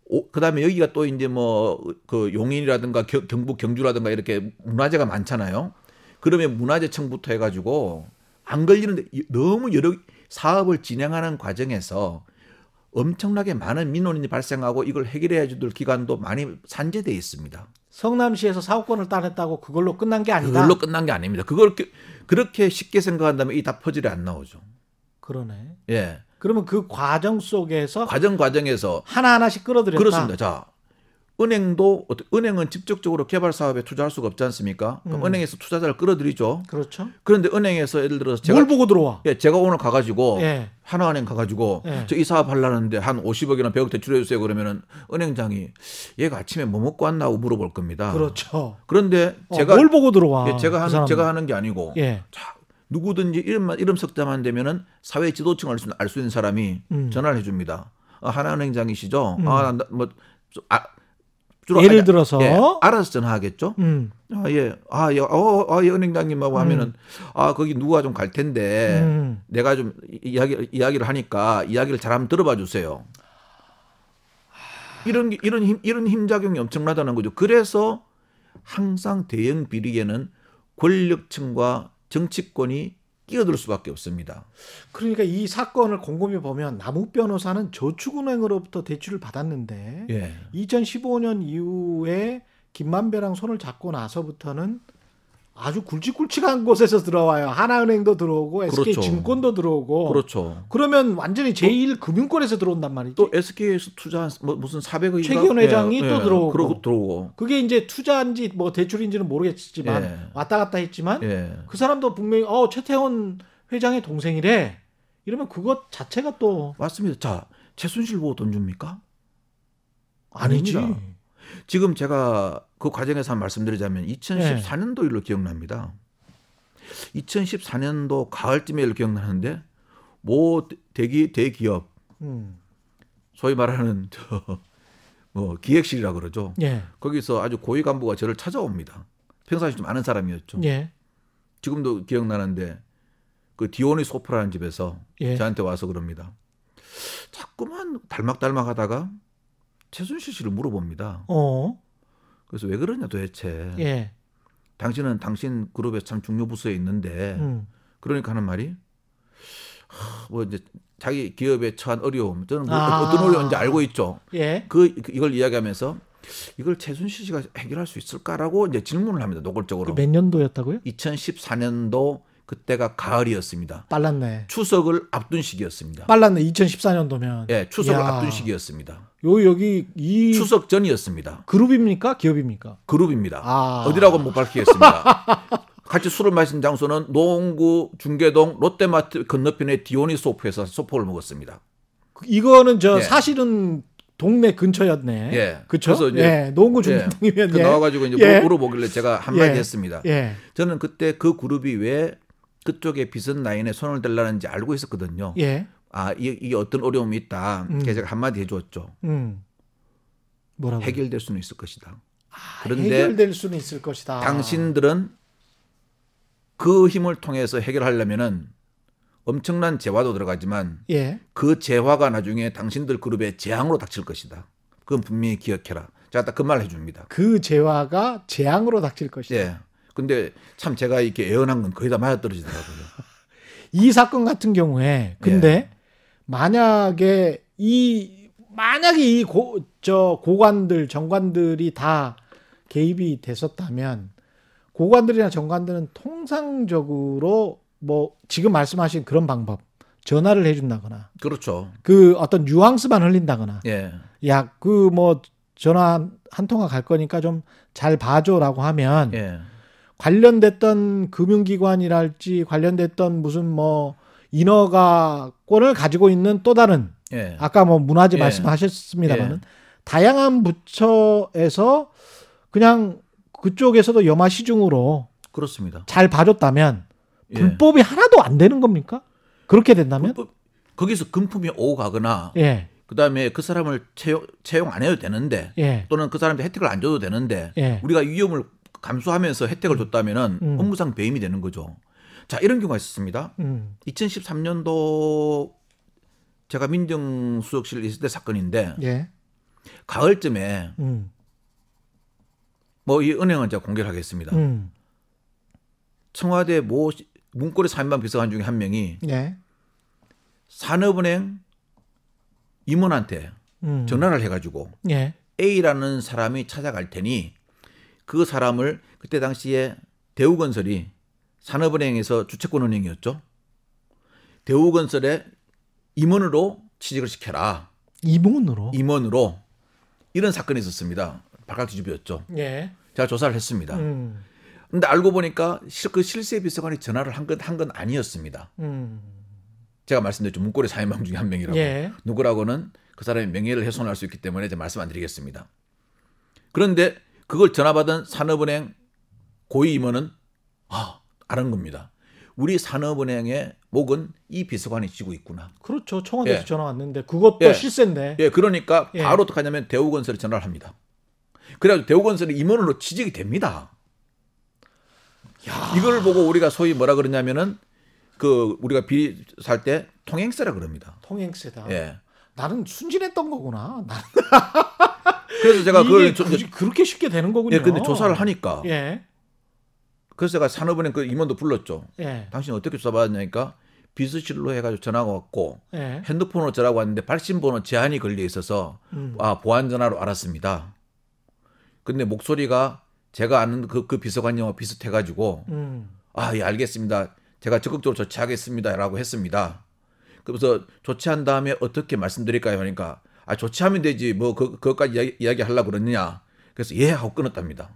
오, 그다음에 여기가 또 이제 뭐 그 용인이라든가 겨- 경북 경주라든가 이렇게 문화재가 많잖아요. 그러면 문화재청부터 해가지고 안 걸리는데 이- 너무 여러 사업을 진행하는 과정에서 엄청나게 많은 민원이 발생하고 이걸 해결해야 될 기간도 많이 산재돼 있습니다.
성남시에서 사업권을 따냈다고 그걸로 끝난 게 아니다.
그걸로 끝난 게 아닙니다. 그걸 그- 그렇게 쉽게 생각한다면 이 다 퍼즐이 안 나오죠.
그러네.
예.
그러면 그 과정 속에서
과정 과정에서
하나 하나씩 끌어들였다.
그렇습니다. 자, 은행도 어떠- 은행은 직접적으로 개발 사업에 투자할 수가 없지 않습니까? 그럼
음.
은행에서 투자자를 끌어들이죠.
그렇죠.
그런데 은행에서 예를 들어서 제가
뭘 보고 들어와?
예, 제가 오늘 가가지고
예.
하나은행 가가지고
예.
저 이 사업 하려는데 한 50억이나 100억 대출해 주세요 그러면은 은행장이 얘가 아침에 뭐 먹고 왔나 하고 물어볼 겁니다.
그렇죠.
런데
어,
아. 제가
뭘 보고 들어와?
예, 제가
그
하는
사람.
제가 하는 게 아니고
예.
자, 누구든지 이름만 이름 석자만 되면은 사회 지도층 알수 알 수 있는 사람이
음.
전화를 해줍니다. 아, 하나은행장이시죠?
음.
아, 나, 뭐 저, 아, 주로
예를
하자.
들어서
예, 알아서 전화하겠죠.
음,
아 예, 아 예, 어, 어, 아, 예, 은행장님하고 하면은 아 거기 누가 좀 갈 텐데
음.
내가 좀 이- 이야기 이야기를 하니까 이야기를 잘 한번 들어봐 주세요. 이런 게- 이런 힘 이런 힘 작용이 엄청나다는 거죠. 그래서 항상 대형 비리에는 권력층과 정치권이 끼어들 수밖에 없습니다.
그러니까 이 사건을 곰곰이 보면 남욱 변호사는 저축은행으로부터 대출을 받았는데
예,
2015년 이후에 김만배랑 손을 잡고 나서부터는 아주 굵직굵직한 곳에서 들어와요. 하나은행도 들어오고
그렇죠.
SK증권도 들어오고
그렇죠.
그러면 완전히 제1 금융권에서 들어온단 말이지.
또 SK에서 투자한 뭐 무슨 400억인가 예,
최기현 회장이 또 들어오고.
그러고 들어오고.
그게 이제 투자인지 뭐 대출인지는 모르겠지만
예.
왔다 갔다 했지만
예.
그 사람도 분명히 어 최태원 회장의 동생이래. 이러면 그것 자체가 또
맞습니다. 자, 최순실 보고 돈 줍니까?
아니지.
아닙니다. 지금 제가 그 과정에서 한 말씀드리자면 2014년도 일로 기억납니다. 2014년도 가을쯤에 일로 기억나는데 모 대기 대기업
음.
소위 말하는 저뭐 기획실이라 그러죠.
예.
거기서 아주 고위 간부가 저를 찾아옵니다. 평상시 좀 아는 사람이었죠.
예.
지금도 기억나는데 그 디오니 소프라는 집에서
예.
저한테 와서 그럽니다. 자꾸만 달막달막하다가 최순실 씨를 물어봅니다.
어.
그래서 왜 그러냐 도대체.
예.
당신은 당신 그룹의 참 중요 부서에 있는데
음.
그러니까 하는 말이 하, 뭐 이제 자기 기업에 처한 어려움 저는 뭐
아.
어떤 어려움인지 알고 있죠.
예.
그 그- 이걸 이야기하면서 이걸 최순실 씨가 해결할 수 있을까라고 이제 질문을 합니다. 노골적으로.
그몇 년도였다고요?
2014년도 그때가 가을이었습니다.
빨랐네.
추석을 앞둔 시기였습니다.
빨랐네. 2014년도면.
예, 추석을
아. 야.
앞둔 시기였습니다.
요 여기 이
추석 전이었습니다.
그룹입니까? 기업입니까?
그룹입니다.
아.
어디라고 못 밝히겠습니다. 같이 술을 마신 장소는 노원구 중계동 롯데마트 건너편의 디오니소프에서 소포를 먹었습니다.
그- 이거는 저
예.
사실은 동네 근처였네.
예.
그쵸?
그래서 이제-
예. 농구
예.
중동이면
그
예.
나와가지고 이제
예.
물어보길래 제가 한마디
예.
했습니다.
예.
저는 그때 그 그룹이 왜 그쪽에 빚은 라인에 손을 대려는지 알고 있었거든요.
예.
아, 이- 이게 어떤 어려움이 있다.
음.
그래서 제가 한마디 해주었죠.
음. 뭐라고?
해결될 수는 있을 것이다.
아,
그런데
해결될 수는 있을 것이다.
당신들은 그 힘을 통해서 해결하려면은 엄청난 재화도 들어가지만
예.
그 재화가 나중에 당신들 그룹의 재앙으로 닥칠 것이다. 그건 분명히 기억해라. 제가 딱 그 말을 해줍니다.
그 재화가 재앙으로 닥칠 것이다.
예. 근데 참 제가 이렇게 예언한 건 거의 다 맞아떨어지더라고요.
이 사건 같은 경우에 근데 만약에 이 만약에 이 고 저 고관들 정관들이 다 개입이 됐었다면 고관들이나 정관들은 통상적으로 뭐 지금 말씀하신 그런 방법 전화를 해준다거나
그렇죠.
그 어떤 뉘앙스만 흘린다거나
예.
야 그 뭐 전화 한 통화 갈 거니까 좀 잘 봐줘라고 하면
예.
관련됐던 금융기관이랄지 관련됐던 무슨 뭐 인허가 권을 가지고 있는 또 다른
예.
아까 뭐 문화재
예.
말씀하셨습니다만은 다양한 부처에서 그냥 그쪽에서도 염화 시중으로
그렇습니다.
잘 봐줬다면
예.
불법이 하나도 안 되는 겁니까? 그렇게 된다면
불법- 거기서 금품이 오고 가거나
예예예
그다음에 그 사람을 채용, 채용 안 해도 되는데 또는 그 사람한테 혜택을 안 줘도 되는데
예.
우리가 위험을 감수하면서 혜택을 줬다면은
음.
업무상 배임이 되는 거죠. 자 이런 경우가 있었습니다.
음,
2013년도 제가 민정수석실에 있을 때 사건인데
예,
가을쯤에
음,
뭐 이 은행은 제가 공개를 하겠습니다.
음,
청와대 모 시- 문고리 3인방 비서관 중에 한 명이
예,
산업은행 임원한테
음,
전화를 해가지고
예,
A라는 사람이 찾아갈 테니 그 사람을 그때 당시에 대우건설이 산업은행에서 주채권은행이었죠. 대우건설의 임원으로 취직을 시켜라.
이문으로
임원으로 이런 사건이 있었습니다. 바깥 뒤집이었죠.
예,
제가 조사를 했습니다.
음,
근데 알고 보니까 실- 그 실세 비서관이 전화를 한 건 한 건 아니었습니다.
음,
제가 말씀드렸죠. 문고리 사인방 중에 한 명이라고.
예,
누구라고는 그 사람의 명예를 훼손할 수 있기 때문에 제가 말씀 안 드리겠습니다. 그런데 그걸 전화받은 산업은행 고위 임원은 아, 아는 겁니다. 우리 산업은행의 목은 이 비서관이 쥐고 있구나.
그렇죠. 청와대에서
예.
전화 왔는데 그것도
예.
실세인데.
예, 그러니까
예.
바로 어떻게 하냐면 대우건설에 전화를 합니다. 그래가지고 대우건설의 임원으로 취직이 됩니다. 이걸 보고 우리가 소위 뭐라 그러냐면은 그 우리가 비리 살 때 통행세라 그럽니다.
통행세다.
예.
나는 순진했던 거구나. 나는
그래서 제가
이게
그걸 조,
굳이 그렇게 쉽게 되는 거군요.
예, 근데 조사를 하니까
예,
그래서 제가 산업은행 그 임원도 불렀죠.
예,
당신 어떻게 조사받았냐니까 비서실로 해가지고 전화가 왔고
예.
핸드폰으로 전화가 왔는데 발신번호 제한이 걸려 있어서
음.
아 보안 전화로 알았습니다. 근데 목소리가 제가 아는 그, 그 비서관님과 비슷해가지고
음.
아 예 알겠습니다. 제가 적극적으로 조치하겠습니다라고 했습니다. 그래서 조치한 다음에 어떻게 말씀드릴까요? 하니까 아 조치하면 되지 뭐 그, 그것까지 이야기, 이야기하려고 그러느냐. 그래서 예 하고 끊었답니다.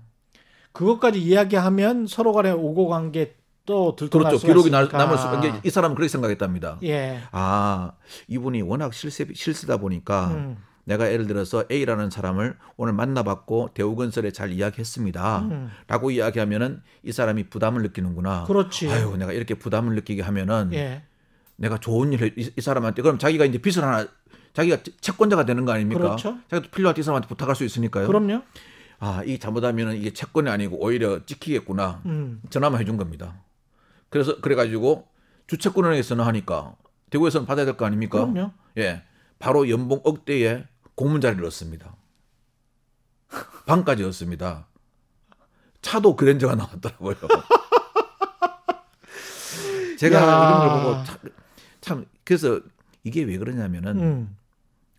그것까지 이야기하면 서로 간에 오고 간 게 또 들통날
그렇죠.
수
기록이 나, 남을 수 있는 게이 사람은 그렇게 생각했답니다.
예.
아 이분이 워낙 실세, 실세다 보니까
음.
내가 예를 들어서 A라는 사람을 오늘 만나봤고 대우건설에 잘 이야기했습니다.
음.
라고 이야기하면은 이 사람이 부담을 느끼는구나.
그렇지.
아유, 내가 이렇게 부담을 느끼게 하면은
예.
내가 좋은 일을 이, 이 사람한테 그럼 자기가 이제 빚을 하나 자기가 채- 채권자가 되는 거 아닙니까?
그렇죠.
자기도 필요할 때 이 사람한테 부탁할 수 있으니까요.
그럼요.
아, 이게 잘못하면은 이게 채권이 아니고 오히려 찍히겠구나.
음.
전화만 해준 겁니다. 그래서 그래가지고 주채권은행에서는 하니까 대구에서는 받아야 될 거 아닙니까?
그럼요.
예, 바로 연봉 억대의 공문 자리를 얻습니다. 방까지 얻습니다. 차도 그랜저가 나왔더라고요. 제가
야.
이런 걸 보고 참, 참 그래서 이게 왜 그러냐면은
음.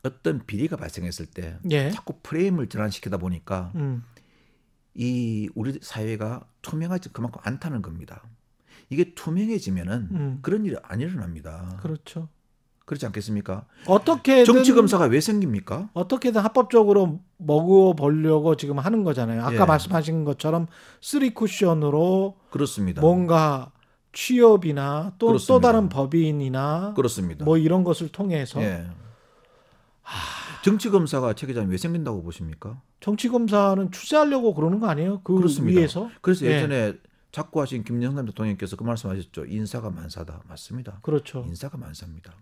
어떤 비리가 발생했을 때
예.
자꾸 프레임을 전환시키다 보니까
음.
이 우리 사회가 투명하지 그만큼 않다는 겁니다. 이게 투명해지면은
음.
그런 일이 안 일어납니다.
그렇죠. 네,
그렇지 않겠습니까?
어떻게든
정치 검사가 왜 생깁니까?
어떻게든 합법적으로 먹어 보려고 지금 하는 거잖아요. 아까
예.
말씀하신 것처럼 쓰리 쿠션으로
그렇습니다.
뭔가 취업이나 또 또
그렇습니다.
다른 법인이나
그렇습니다.
뭐 이런 것을 통해서
예. 정치 검사가 최 기자님 왜 생긴다고 보십니까?
정치 검사는 추세하려고 그러는 거 아니에요? 그
그렇습니다.
위에서
그래서
예.
예전에 자꾸 하신 김영삼 대통령께서 그 말씀하셨죠. 인사가 만사다. 맞습니다.
그렇죠.
인사가 만사입니다.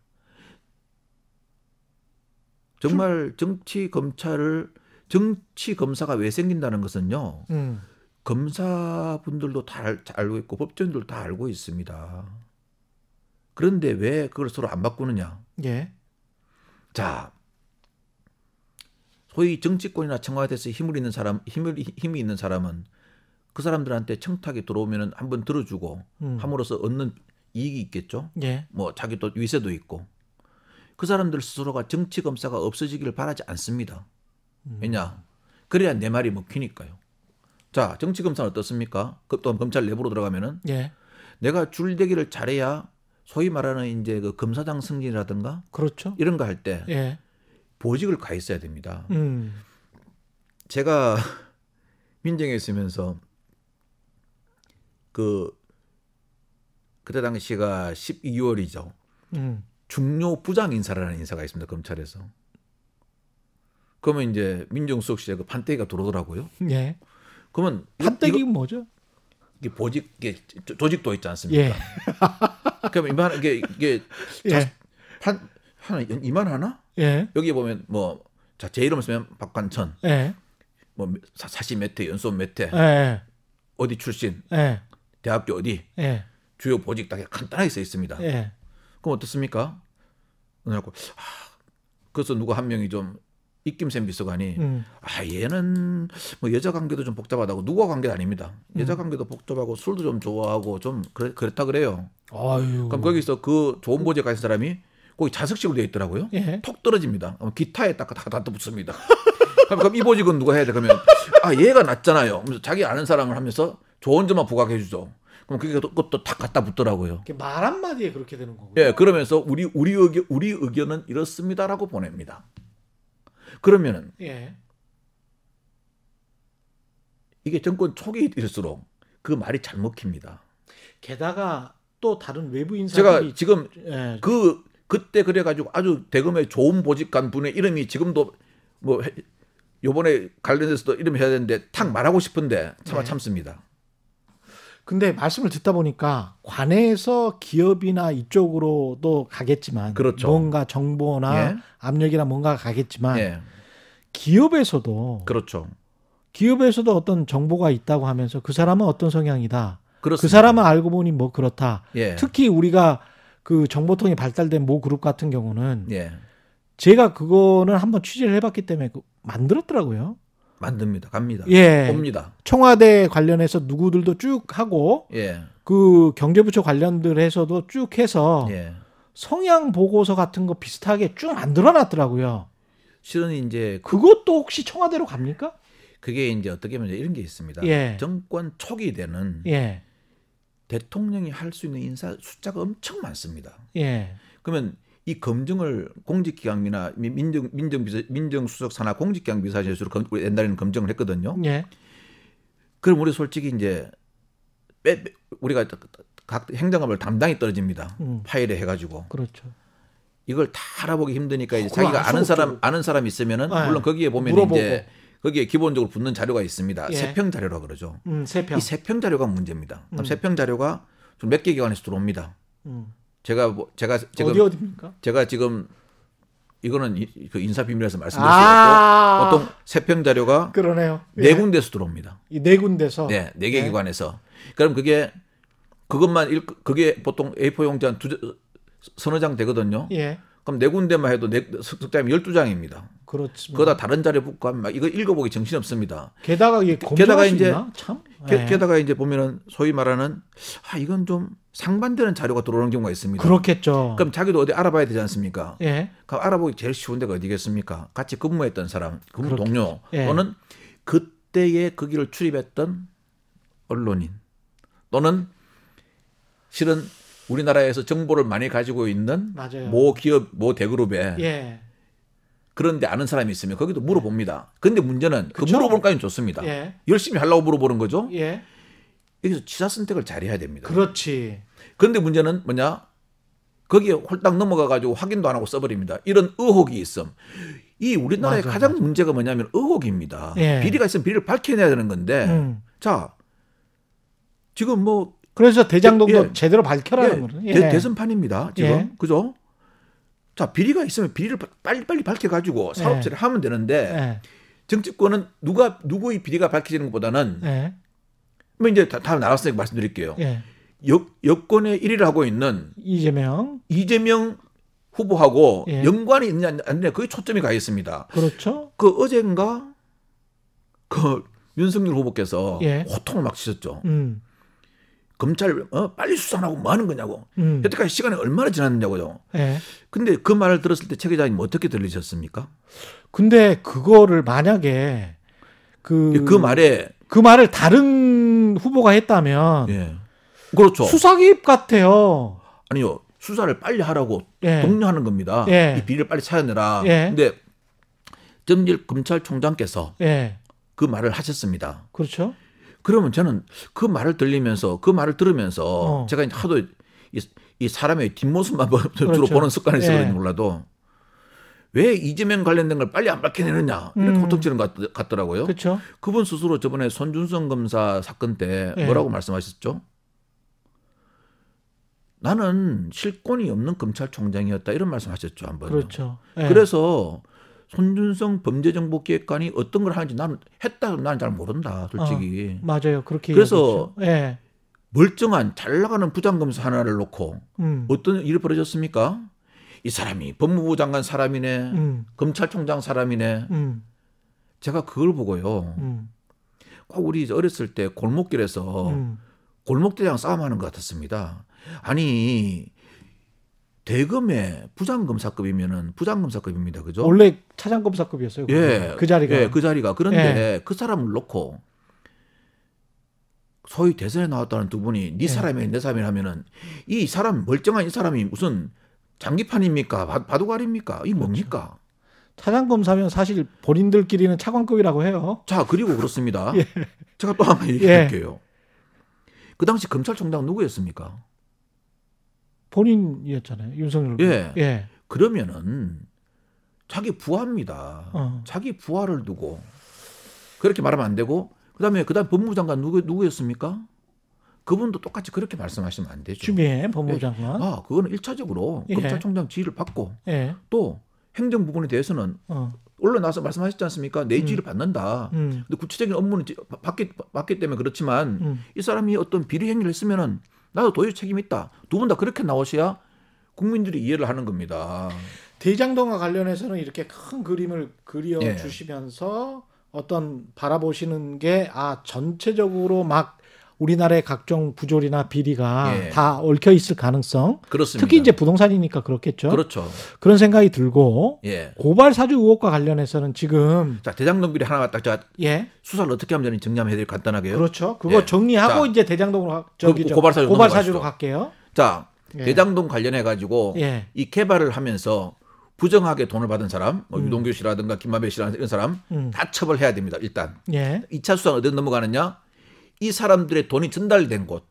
정말 정치 검찰을 정치 검사가 왜 생긴다는 것은요.
음.
검사분들도 다 알- 잘 알고 있고 법조인들도 다 알고 있습니다. 그런데 왜 그걸 서로 안 바꾸느냐?
예.
자, 소위 정치권이나 청와대에서 힘을 있는 사람, 힘을 힘이 있는 사람은 그 사람들한테 청탁이 들어오면은 한번 들어주고
음.
함으로써 얻는 이익이 있겠죠.
예.
뭐 자기 또 위세도 있고 그 사람들 스스로가 정치 검사가 없어지기를 바라지 않습니다. 왜냐? 그래야 내 말이 먹히니까요. 자, 정치 검사는 어떻습니까? 그 또한 검찰 내부로 들어가면은
예.
내가 줄대기를 잘해야 소위 말하는 이제 그 검사장 승진이라든가
그렇죠.
이런 거 할 때
예.
보직을 가 있어야 됩니다.
음.
제가 민정에 있으면서 그 그때 당시가 12월이죠.
음.
중요 부장 인사라는 인사가 있습니다. 검찰에서. 그러면 이제 민정수석실에 그 판때기가 들어오더라고요.
예.
그러면 이거-
판때기
이거-
뭐죠?
이게 보직 이게 조- 조직도 있지 않습니까? 아,
예.
그러면 이만 이게 이게
예.
판 하나 이만 하나?
예.
여기 보면 뭐 자 제 이름 쓰면 박관천
예.
뭐 사- 사시 몇회 연소 몇회
예.
어디 출신
예.
대학교 어디
예.
주요 보직 다 간단하게 써 있습니다.
예.
그럼 어떻습니까? 그래갖고 아, 그래서 누구 한 명이 좀 입김샘 비서관이
음.
아 얘는 뭐 여자 관계도 좀 복잡하다고 누구와 관계 아닙니다. 여자 관계도 복잡하고 술도 좀 좋아하고 좀 그래, 그랬다 그래요.
아유.
그럼 거기서 그 좋은 보직 가진 사람이 거기 자석식으로 되어 있더라고요.
예.
톡 떨어집니다. 그럼 기타에 딱다 붙습니다. 그럼, 그럼 이 보직은 누가 해야 돼? 그러면 아 얘가 낫잖아요. 그래서 자기 아는 사람을 하면서 좋은 점만 부각해 주죠. 그럼 그게 또- 그것도 탁 갖다 붙더라고요.
이렇게 말 한마디에 그렇게 되는 거고요.
예, 그러면서 우리 우리 의견 우리 의견은 이렇습니다라고 보냅니다. 그러면은
예.
이게 정권 초기일수록 그 말이 잘 먹힙니다.
게다가 또 다른 외부 인사들이
제가 지금
예.
그 그때 그래가지고 아주 대검의 좋은 보직간 분의 이름이 지금도 뭐 해- 요번에 관련해서도 이름 해야 되는데 탁 말하고 싶은데 차마
네.
참습니다.
근데 말씀을 듣다 보니까 관에서 기업이나 이쪽으로도 가겠지만
그렇죠.
뭔가 정보나
예.
아. 압력이나 뭔가 가겠지만
예,
기업에서도
그렇죠.
기업에서도 어떤 정보가 있다고 하면서 그 사람은 어떤 성향이다.
그렇습니다.
그 사람은 알고 보니 뭐 그렇다.
예.
특히 우리가 그 정보통이 발달된 모 그룹 같은 경우는
예.
제가 그거는 한번 취재를 해봤기 때문에 그- 만들었더라고요.
만듭니다. 갑니다.
예.
옵니다.
청와대 관련해서 누구들도 쭉 하고
예.
그 경제부처 관련들에서도 쭉 해서
예.
성향 보고서 같은 거 비슷하게 쭉 만들어놨더라고요.
실은 이제
그것도 혹시 청와대로 갑니까?
그게 이제 어떻게 보면 이런 게 있습니다.
예.
정권 초기 되는
예,
대통령이 할 수 있는 인사 숫자가 엄청 많습니다.
예,
그러면 이 검증을 공직기강이나 미- 민정 민정 비서 민정수석 산하 공직기강 비서실에서 검- 우리 옛날에는 검증을 했거든요.
예,
그럼 우리 솔직히 이제 빼, 빼- 우리가 각 행정감을 담당이 떨어집니다.
음.
파일에 해가지고
그렇죠.
이걸 다 알아보기 힘드니까 이제
어, 그거
자기가
알
아는
수가
사람
없죠.
아는 사람 있으면은
네.
물론 거기에 보면
물어보고.
이제 거기에 기본적으로 붙는 자료가 있습니다.
예.
세평 자료라 그러죠.
음, 세 평.
이 세평 자료가 문제입니다.
음.
세평 자료가 몇 개 기관에서 들어옵니다.
음.
제가 뭐- 제가 지금
어디 어디입니까?
제가 지금 이거는 이- 그 인사 비밀에서 말씀드릴 수
아,
없고 보통 세평 자료가
그러네요. 예.
네 군데서 들어옵니다.
이네 군데서
네, 네 개
네.
기관에서. 그럼 그게 그것만 일, 그게 보통 A4 용지 한두 자- 서너 장 되거든요.
예,
그럼 네 군데만 해도 네, 석장이 12장입니다.
그렇습니다.
그거다 다른 자리에 붙고 하면 막 이거 읽어보기 정신없습니다.
게다가 이게
게다가
게다가
이제-
이제 참
게,
예.
다가 이제 보면은 소위 말하는 아 이건 좀 상반되는 자료가 들어오는 경우가 있습니다.
그렇겠죠.
그럼 자기도 어디 알아봐야 되지 않습니까?
예,
그럼 알아보기 제일 쉬운 데가 어디겠습니까? 같이 근무했던 사람, 근무
그렇겠죠.
동료
예.
또는 그때에 거기를 출입했던 언론인 또는 실은 우리나라에서 정보를 많이 가지고 있는
맞아요.
모 기업 모 대그룹에
예,
그런데 아는 사람이 있으면 거기도 물어봅니다. 근데 문제는 그
그쵸?
물어볼까는 좋습니다.
예,
열심히 하려고 물어보는 거죠.
예, 그렇죠.
여기서 취사 선택을 잘해야 됩니다.
그렇지.
그런데 문제는 뭐냐? 거기에 홀딱 넘어가 가지고 확인도 안 하고 써버립니다. 이런 의혹이 있음. 이 우리나라의
맞아,
가장 문제가 뭐냐면 의혹입니다.
예.
비리가 있으면 비리를 밝혀내야 되는 건데
음.
자 지금 뭐
그래서 대장동도
예.
제대로 밝혀라는 거는
예, 대, 대선판입니다. 지금
예.
그죠? 자 비리가 있으면 비리를 빨리 빨리 밝혀 가지고 사법처리 하면 되는데
예,
정치권은 누가 누구의 비리가 밝혀지는 것보다는
예,
뭐 이제 다, 다 나왔으니까 말씀드릴게요.
예.
여, 여권의 1위를 하고 있는
이재명
이재명 후보하고
예.
연관이 있느냐 안 되느냐 그게 초점이 가 있습니다.
그렇죠.
그 어젠가 그 윤석열 후보께서
예.
호통을 막 치셨죠.
음,
검찰 어, 빨리 수사하고 뭐 하는 거냐고.
음,
여태까지 시간이 얼마나 지났느냐고요.
예.
근데 그 말을 들었을 때 최 기자님 어떻게 들리셨습니까?
근데 그거를 만약에 그,
그 말에
그 말을 다른 후보가 했다면
예. 그렇죠.
음. 수사기입 같아요.
아니요 수사를 빨리 하라고
예.
독려하는 겁니다.
예.
이 비리를 빨리 찾아내라.
예.
근데 점일 검찰총장께서
예.
그 말을 하셨습니다.
그렇죠.
그러면 저는 그 말을 들리면서 그 말을 들으면서
어.
제가 이제 하도 이, 이 사람의 뒷모습만 보- 주로
그렇죠.
보는 습관이 있어
예.
그런지 몰라도 왜 이재명 관련된 걸 빨리 안 밝혀내느냐 이렇게
음.
호통치는 것 같- 같더라고요.
그렇죠.
그, 분 스스로 저번에 손준성 검사 사건 때
예.
뭐라고 말씀하셨죠? 나는 실권이 없는 검찰총장이었다 이런 말씀하셨죠 한 번.
그렇죠. 예.
그래서 손준성 범죄정보기획관이 어떤 걸 하는지 나는 했다 나는 잘 모른다 솔직히.
맞아요. 그렇게
그래서-
얘기했죠. 예.
멀쩡한 잘 나가는 부장검사 하나를 놓고
음.
어떤 일이 벌어졌습니까? 이 사람이 법무부 장관 사람이네,
음.
검찰총장 사람이네.
음.
제가 그걸 보고요.
음.
꼭 우리 이제 어렸을 때 골목길에서
음.
골목대장 싸움하는 것 같았습니다. 아니 대검의 부장검사급이면은 부장검사급입니다, 그죠?
원래 차장검사급이었어요.
예,
그 자리가.
예, 그 자리가. 그런데 그 사람을 놓고 소위 대선에 나왔다는 두 분이 네
예.
사람이 내 사람이 하면은 이 사람 멀쩡한 이 사람이 무슨 장기판입니까? 바, 바둑알입니까?
그렇죠.
이 뭡니까?
차장검사면 사실 본인들끼리는 차관급이라고 해요.
자 그리고 그렇습니다.
예.
제가 또 하나 얘기할게요. 그 당시 검찰총장 누구였습니까?
본인이었잖아요. 윤석열.
예.
예.
그러면은 자기 부하입니다.
어.
자기 부하를 두고 그렇게 말하면 안 되고 그다음에 그다음 법무장관 누구 누구였습니까? 그분도 똑같이 그렇게 말씀하시면 안 되죠.
추미애 법무장관.
아, 그거는 일차적으로
예.
검찰총장 지위를 받고
예.
또 행정 부분에 대해서는
어.
언론 나와서 말씀하셨지 않습니까? 내지를 받는다.
음.
근데 구체적인 업무는 지- 받- 받기, 받기 때문에 그렇지만
음.
이 사람이 어떤 비리 행위를 했으면은 나도 도의 책임 있다. 두 분 다 그렇게 나오셔야 국민들이 이해를 하는 겁니다.
대장동과 관련해서는 이렇게 큰 그림을 그려
예.
주시면서 어떤 바라보시는 게 아 전체적으로 막 우리나라의 각종 부조리나 비리가
예.
다 얽혀 있을 가능성
그렇습니다.
특히 이제 부동산이니까 그렇겠죠.
그렇죠.
그런 생각이 들고
예.
고발 사주 의혹과 관련해서는 지금
자 대장동 비리 하나 딱 제가
예
수사를 어떻게 하면 되는 정리해드릴 간단하게요.
그렇죠. 그거
예.
정리하고
자,
이제 대장동으로 가- 저기
그-
저-
고발 사주로
고발
넘어가시죠. 어.
사주로 갈게요.
자
예.
대장동 관련해 가지고
예.
이 개발을 하면서 부정하게 돈을 받은 사람, 뭐 유동규 씨라든가 김만배 씨라는 이런 사람
음.
다 처벌해야 됩니다. 일단
예.
이차 수사는 어디로 넘어가느냐? 이 사람들의 돈이 전달된 곳,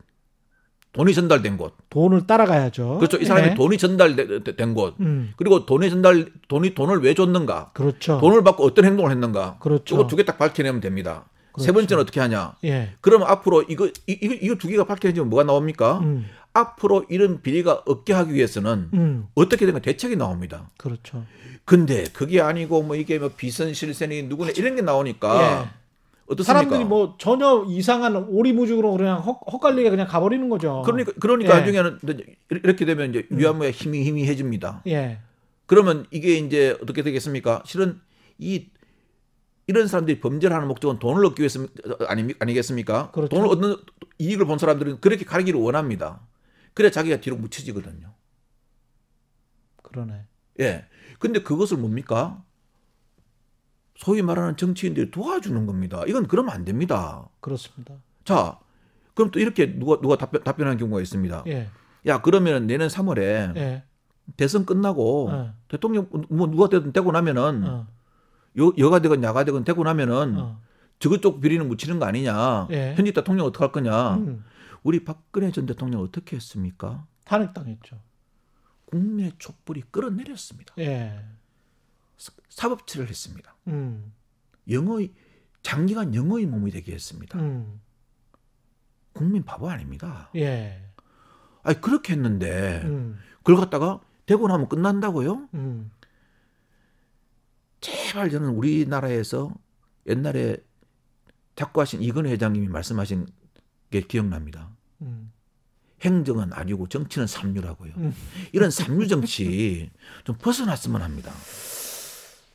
돈이 전달된 곳,
돈을 따라가야죠.
그렇죠. 이 사람이
예.
돈이 전달된 곳,
음.
그리고 돈이 전달 돈이 돈을 왜 줬는가,
그렇죠.
돈을 받고 어떤 행동을 했는가,
그렇죠.
이거 두 개 딱 밝혀내면 됩니다.
그렇죠.
세 번째는 어떻게 하냐?
예.
그럼 앞으로 이거 이, 이거, 이거 두 개가 밝혀내지면 뭐가 나옵니까?
음.
앞으로 이런 비리가 없게 하기 위해서는
음.
어떻게든 간 대책이 나옵니다.
그렇죠.
근데 그게 아니고 뭐 이게 뭐 비선 실세니 누구네 이런 게 나오니까
예.
어떻습니까?
사람들이 뭐 전혀 이상한 오리무중으로 그냥 헛, 헛갈리게 그냥 가버리는 거죠.
그러니까
예.
그러니까
음.
나중에는 이제 이렇게 되면 이제 위안부에 힘이 힘이 해집니다.
예.
그러면 이게 이제 어떻게 되겠습니까? 실은 이 이런 사람들이 범죄를 하는 목적은 돈을 얻기 위해서 아니 아니겠습니까?
그렇죠.
돈을 얻는 이익을 본 사람들은 그렇게 가기를 원합니다. 그래 자기가 뒤로 묻혀지거든요.
그러네.
예. 근데 그것을 뭡니까? 소위 말하는 정치인들이 도와주는 겁니다. 이건 그러면 안 됩니다.
그렇습니다.
자, 그럼 또 이렇게 누가 누가 답변 답변하는 경우가 있습니다.
예.
야, 그러면 내년 3월에
예.
대선 끝나고
어.
대통령 뭐 누가 되든 되고 나면은
어.
여, 여가 되건 야가 되건 되고 나면은
어.
저그쪽 비리는 묻히는 거 아니냐.
예.
현직 대통령 어떻게 할 거냐.
음.
우리 박근혜 전 대통령 어떻게 했습니까?
탄핵당했죠.
국민의 촛불이 끌어내렸습니다.
예.
사- 사법치를 했습니다.
음.
영어의 장기간 영어의 몸이 되게 했습니다.
음.
국민 바보 아닙니다.
예.
아니 그렇게 했는데
음.
그걸 갖다가 되고 나면 끝난다고요?
음.
제발 저는 우리나라에서 옛날에 작고하신 이근혜 회장님이 말씀하신 게 기억납니다.
음.
행정은 악이고 정치는 삼류라고요.
음.
이런 삼류 정치 좀 벗어났으면 합니다.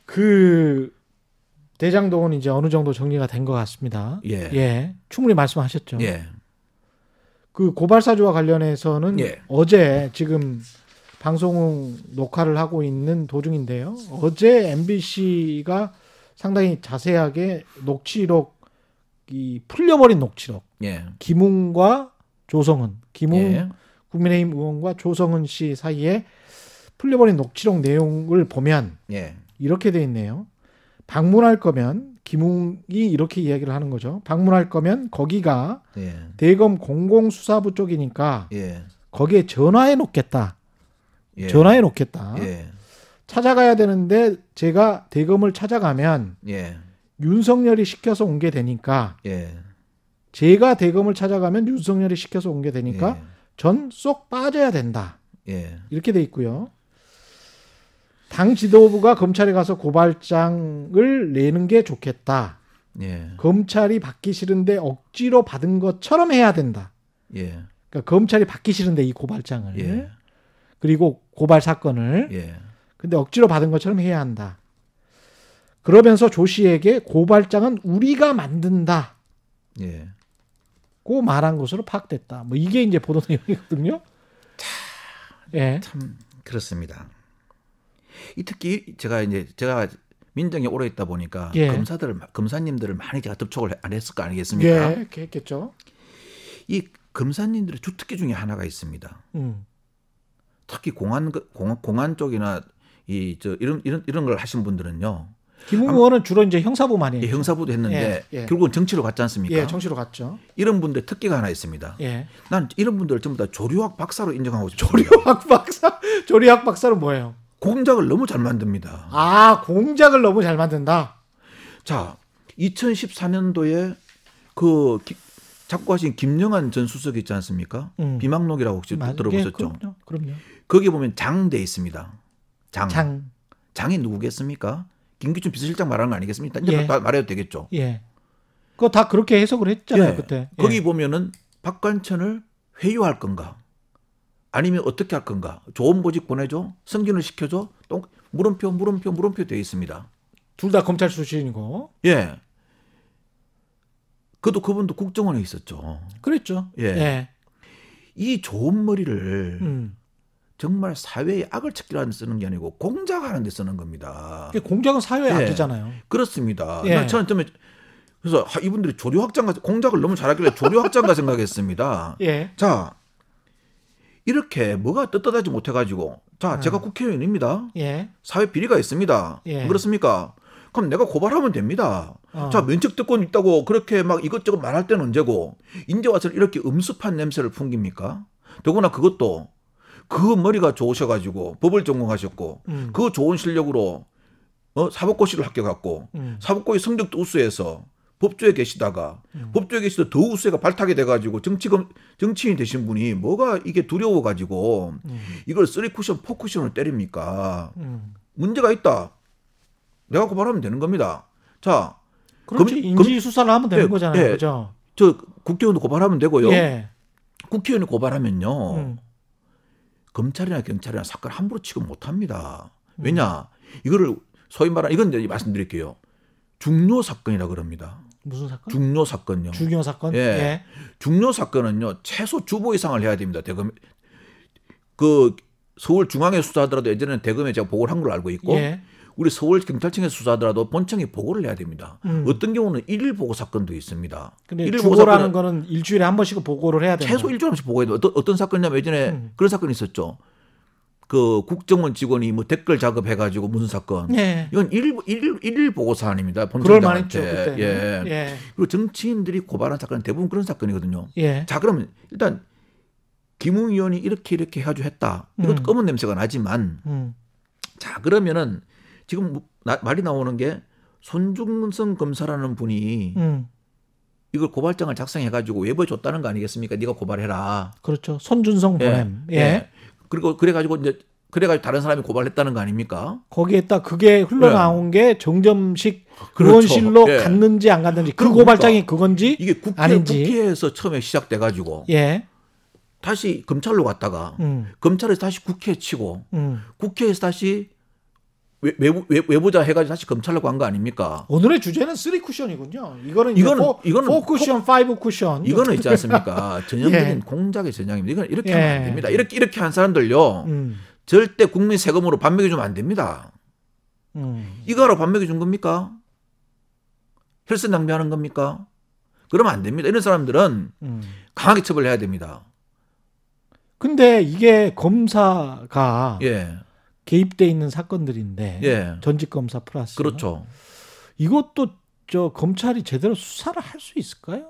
그 대장동은 이제 어느 정도 정리가 된 것 같습니다.
예.
예. 충분히 말씀하셨죠.
예.
그 고발사주와 관련해서는
예.
어제 지금 방송 녹화를 하고 있는 도중인데요. 어제 MBC가 상당히 자세하게 녹취록 이 풀려버린 녹취록
예.
김웅과 조성은 김웅
예.
국민의힘 의원과 조성은 씨 사이에 풀려버린 녹취록 내용을 보면
예.
이렇게 돼 있네요. 방문할 거면 김웅이 이렇게 이야기를 하는 거죠. 방문할 거면 거기가
예.
대검 공공수사부 쪽이니까
예.
거기에 전화해 놓겠다.
예.
전화해 놓겠다.
예.
찾아가야 되는데 제가 대검을 찾아가면
예.
윤석열이 시켜서 온 게 되니까
예.
제가 대검을 찾아가면 윤석열이 시켜서 온 게 되니까 전 쏙 빠져야 된다.
예. 예.
이렇게 돼 있고요. 당 지도부가 검찰에 가서 고발장을 내는 게 좋겠다.
예.
검찰이 받기 싫은데 억지로 받은 것처럼 해야 된다.
예.
그러니까 검찰이 받기 싫은데 이 고발장을
예.
그리고 고발 사건을
예.
근데 억지로 받은 것처럼 해야 한다. 그러면서 조 씨에게 고발장은 우리가 만든다고
예.
말한 것으로 파악됐다. 뭐 이게 이제 보도 내용이거든요. 예,
참 그렇습니다. 이 특히 제가 이제 제가 민정에 오래 있다 보니까
예.
검사들 을 검사님들을 많이 제가 접촉을 안 했을 거 아니겠습니까?
예, 그렇게 했겠죠.
이 검사님들의 주특기 중에 하나가 있습니다.
음,
특히 공안 그- 공안, 공안 쪽이나 이 저 이런 이런 이런 걸 하신 분들은요.
김웅 의원은 주로 이제 형사부만이
이 예, 형사부도 했는데
예, 예.
결국은 정치로 갔지 않습니까?
예, 정치로 갔죠.
이런 분들 특기가 하나 있습니다.
예,
난 이런 분들 전부 다 조류학 박사로 인정하고 싶습니다.
학 박사 조리학 박사는 뭐예요?
공작을 너무 잘 만듭니다.
아 공작을 너무 잘 만든다.
자, 2014년도에 그 기- 작고하신 김영환 전 수석 있지 않습니까?
음.
비망록이라고 혹시
맞-
들어보셨죠?
예, 그럼요. 그럼요.
거기 보면 장돼 있습니다. 장.
장
장이 누구겠습니까? 김기춘 비서실장 말하는 거 아니겠습니까? 이제
예.
다 말해도 되겠죠.
예. 그거 다 그렇게 해석을 했잖아요
예.
그때. 예.
거기 보면은 박관천을 회유할 건가? 아니면 어떻게 할 건가? 좋은 보직 보내줘? 승진을 시켜줘? 똥 물음표 물음표 물음표 되어 있습니다.
둘 다 검찰 출신이고
예. 그도 그분도 국정원에 있었죠.
그랬죠.
예.
예.
이 좋은 머리를
음.
정말 사회의 악을 찾기로 하는 데 쓰는 게 아니고 공작하는 데 쓰는 겁니다.
그게 공작은 사회에
예.
아끼잖아요.
그렇습니다.
예.
나 저는 좀 그래서 아, 이분들이 조류 확장가 공작을 너무 잘하길래 조류 확장가 생각했습니다.
예.
자 이렇게 뭐가 떳떳하지 못해가지고 자 제가 국회의원입니다.
예.
사회 비리가 있습니다.
음. 예.
안 그렇습니까? 그럼 내가 고발하면 됩니다.
어.
자 면책 특권 있다고 그렇게 막 이것저것 말할 때는 언제고 인제 와서 이렇게 음습한 냄새를 풍깁니까? 더구나 그것도 그 머리가 좋으셔가지고 법을 전공하셨고
음.
그 좋은 실력으로 어, 사법고시를 합격했고
음.
사법고시 성적도 우수해서 법조에 계시다가
음.
법조에 계시다 더 우수해가 발탁이 돼가지고 정치금 정치인 되신 분이 뭐가 이게 두려워가지고 이걸 쓰리 쿠션 포 쿠션을 때립니까?
음.
문제가 있다. 내가 고발하면 되는 겁니다. 자,
그렇지
검-
인지 수사를 하면 되는
예,
거잖아요,
예.
그죠?
저 국회의원도 고발하면 되고요. 어.
예.
국회의원이 고발하면요.
음.
검찰이나 경찰이나 사건 함부로 취급 못 합니다.
음.
왜냐? 이거를 소위 말하는 이건 이제 말씀드릴게요. 중요 사건이라 그럽니다.
무슨 사건?
중요 사건요.
주교 사건.
예.
예.
중요 사건은요. 최소 주보 이상을 해야 됩니다. 대검 그 서울 중앙에 수사하더라도 예전에는 대검에 제가 보고를 한 걸로 알고 있고
예.
우리 서울 경찰청에서 수사하더라도 본청에 보고를 해야 됩니다.
음.
어떤 경우는 일일 보고 사건도 있습니다.
근데
일일
주고라는
사건은
거는 일주일에 한 번씩 보고를 해야 되는
최소
거예요.
일주일씩 보고 해도 어떤, 어떤 사건이냐면 예전에
네. 음.
그런 사건이 있었죠. 그 국정원 직원이 뭐 댓글 작업해가지고 무슨 사건.
예.
이건 일, 일, 일일 보고 사안입니다.
그럴 만했죠
본청장한테.
그때.
예.
예.
그리고 정치인들이 고발한 사건은 대부분 그런 사건이거든요.
예.
자 그러면 일단 김웅 의원이 이렇게 이렇게 해가지고 했다. 이것도
음.
검은 냄새가 나지만
음.
자 그러면은 지금 뭐 나- 말이 나오는 게 손중성 검사라는 분이
음.
이걸 고발장을 작성해가지고 외부에 줬다는 거 아니겠습니까? 네가 고발해라.
그렇죠. 손준성
예.
보냄. 예.
예. 그리고 그래가지고 이제 그래가지고 다른 사람이 고발했다는 거 아닙니까?
거기에 딱 그게 흘러나온 게 정점식
예. 그렇죠.
의원실로
예.
갔는지 안 갔는지 그
그러니까.
고발장이 그건지
이게 국회,
아닌지.
국회에서 처음에 시작돼가지고
예.
다시 검찰로 갔다가
음.
검찰에서 다시 국회에 치고
음.
국회에서 다시 외, 외부, 외, 외부자 해가지고 다시 검찰로 간 거 아닙니까?
오늘의 주제는 쓰리 쿠션이군요. 이거는 이제
이거는-
포,
이거는
포 쿠션, 파이브 쿠션.
이거는 있지 않습니까? 전형적인
예.
공작의 전형입니다. 이건 이렇게
예.
하면 안 됩니다. 이렇게 이렇게 한 사람들요
음.
절대 국민 세금으로 반맥이 주면 안 됩니다.
음.
이거로 반맥이 준 겁니까? 혈세 낭비하는 겁니까? 그러면 안 됩니다. 이런 사람들은
음.
강하게 처벌해야 됩니다.
근데 이게 검사가
예,
개입돼 있는 사건들인데
예,
전직 검사 플러스
그렇죠.
이것도 저 검찰이 제대로 수사를 할 수 있을까요?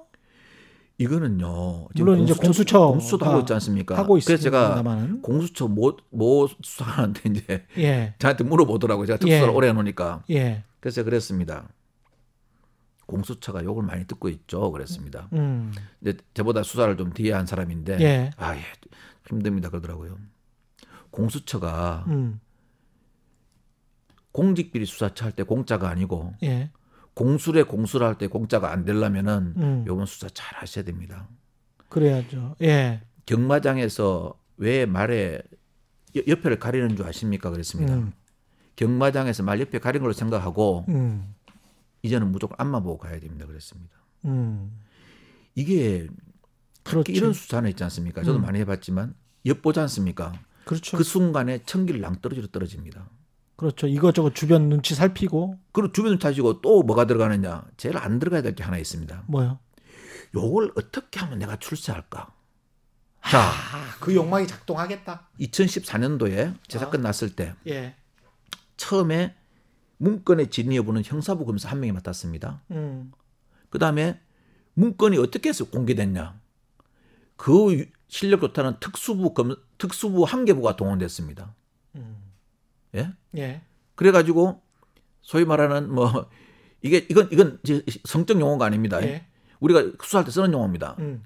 이거는요.
물론 이제 공수처가
공수처도 하고 있지 않습니까?
하고
그러니까 그래서 제가
있습니다만은
공수처 뭐, 뭐 수사하는데 이제
예,
저한테 물어보더라고요. 제가 특수를
예.
오래 해놓으니까.
예,
그래서 제가 그랬습니다. 공수처가 욕을 많이 듣고 있죠. 그랬습니다.
음,
근데 저보다 수사를 좀 뒤에 한 사람인데
예,
아 예, 힘듭니다 그러더라고요. 공수처가
음,
공직비리 수사처 할 때 공짜가 아니고
예,
공수래 공수를 할 때 공짜가 안 되려면은
음,
요번 수사 잘 하셔야 됩니다.
그래야죠. 예,
경마장에서 왜 말에 여- 옆에를 가리는 줄 아십니까? 그랬습니다.
음,
경마장에서 말 옆에 가린 걸로 생각하고
음,
이제는 무조건 앞만 보고 가야 됩니다. 그랬습니다.
음,
이게
그렇지.
이런 수사는 있지 않습니까? 저도
음.
많이 해봤지만 엿보지 않습니까?
그렇죠.
그 순간에 천길 낭떠러지로 떨어집니다.
그, 렇죠 이것저것 주변 눈치 살피고
그리고 주변을 찾으고 또 뭐가 들어가느냐? 제일 안 들어가야 될 게 하나 있습니다.
뭐요?
요걸 어떻게 하면 내가 출세할까? 자,
아, 그 욕망이 작동하겠다.
2014년도에 제
아.
사건 났을 때
예,
처음에 문건의 진위 여부는 형사부 검사 한 명이 맡았습니다.
음,
그 다음에 문건이 어떻게 해서 공개됐냐? 그 유- 실력 좋다는 특수부 검 특수부 한개부가 동원됐습니다.
음,
예?
예,
그래가지고 소위 말하는 뭐 이게 이건 이건 이제 성적 용어가 아닙니다.
예,
우리가 수사할 때 쓰는 용어입니다.
음,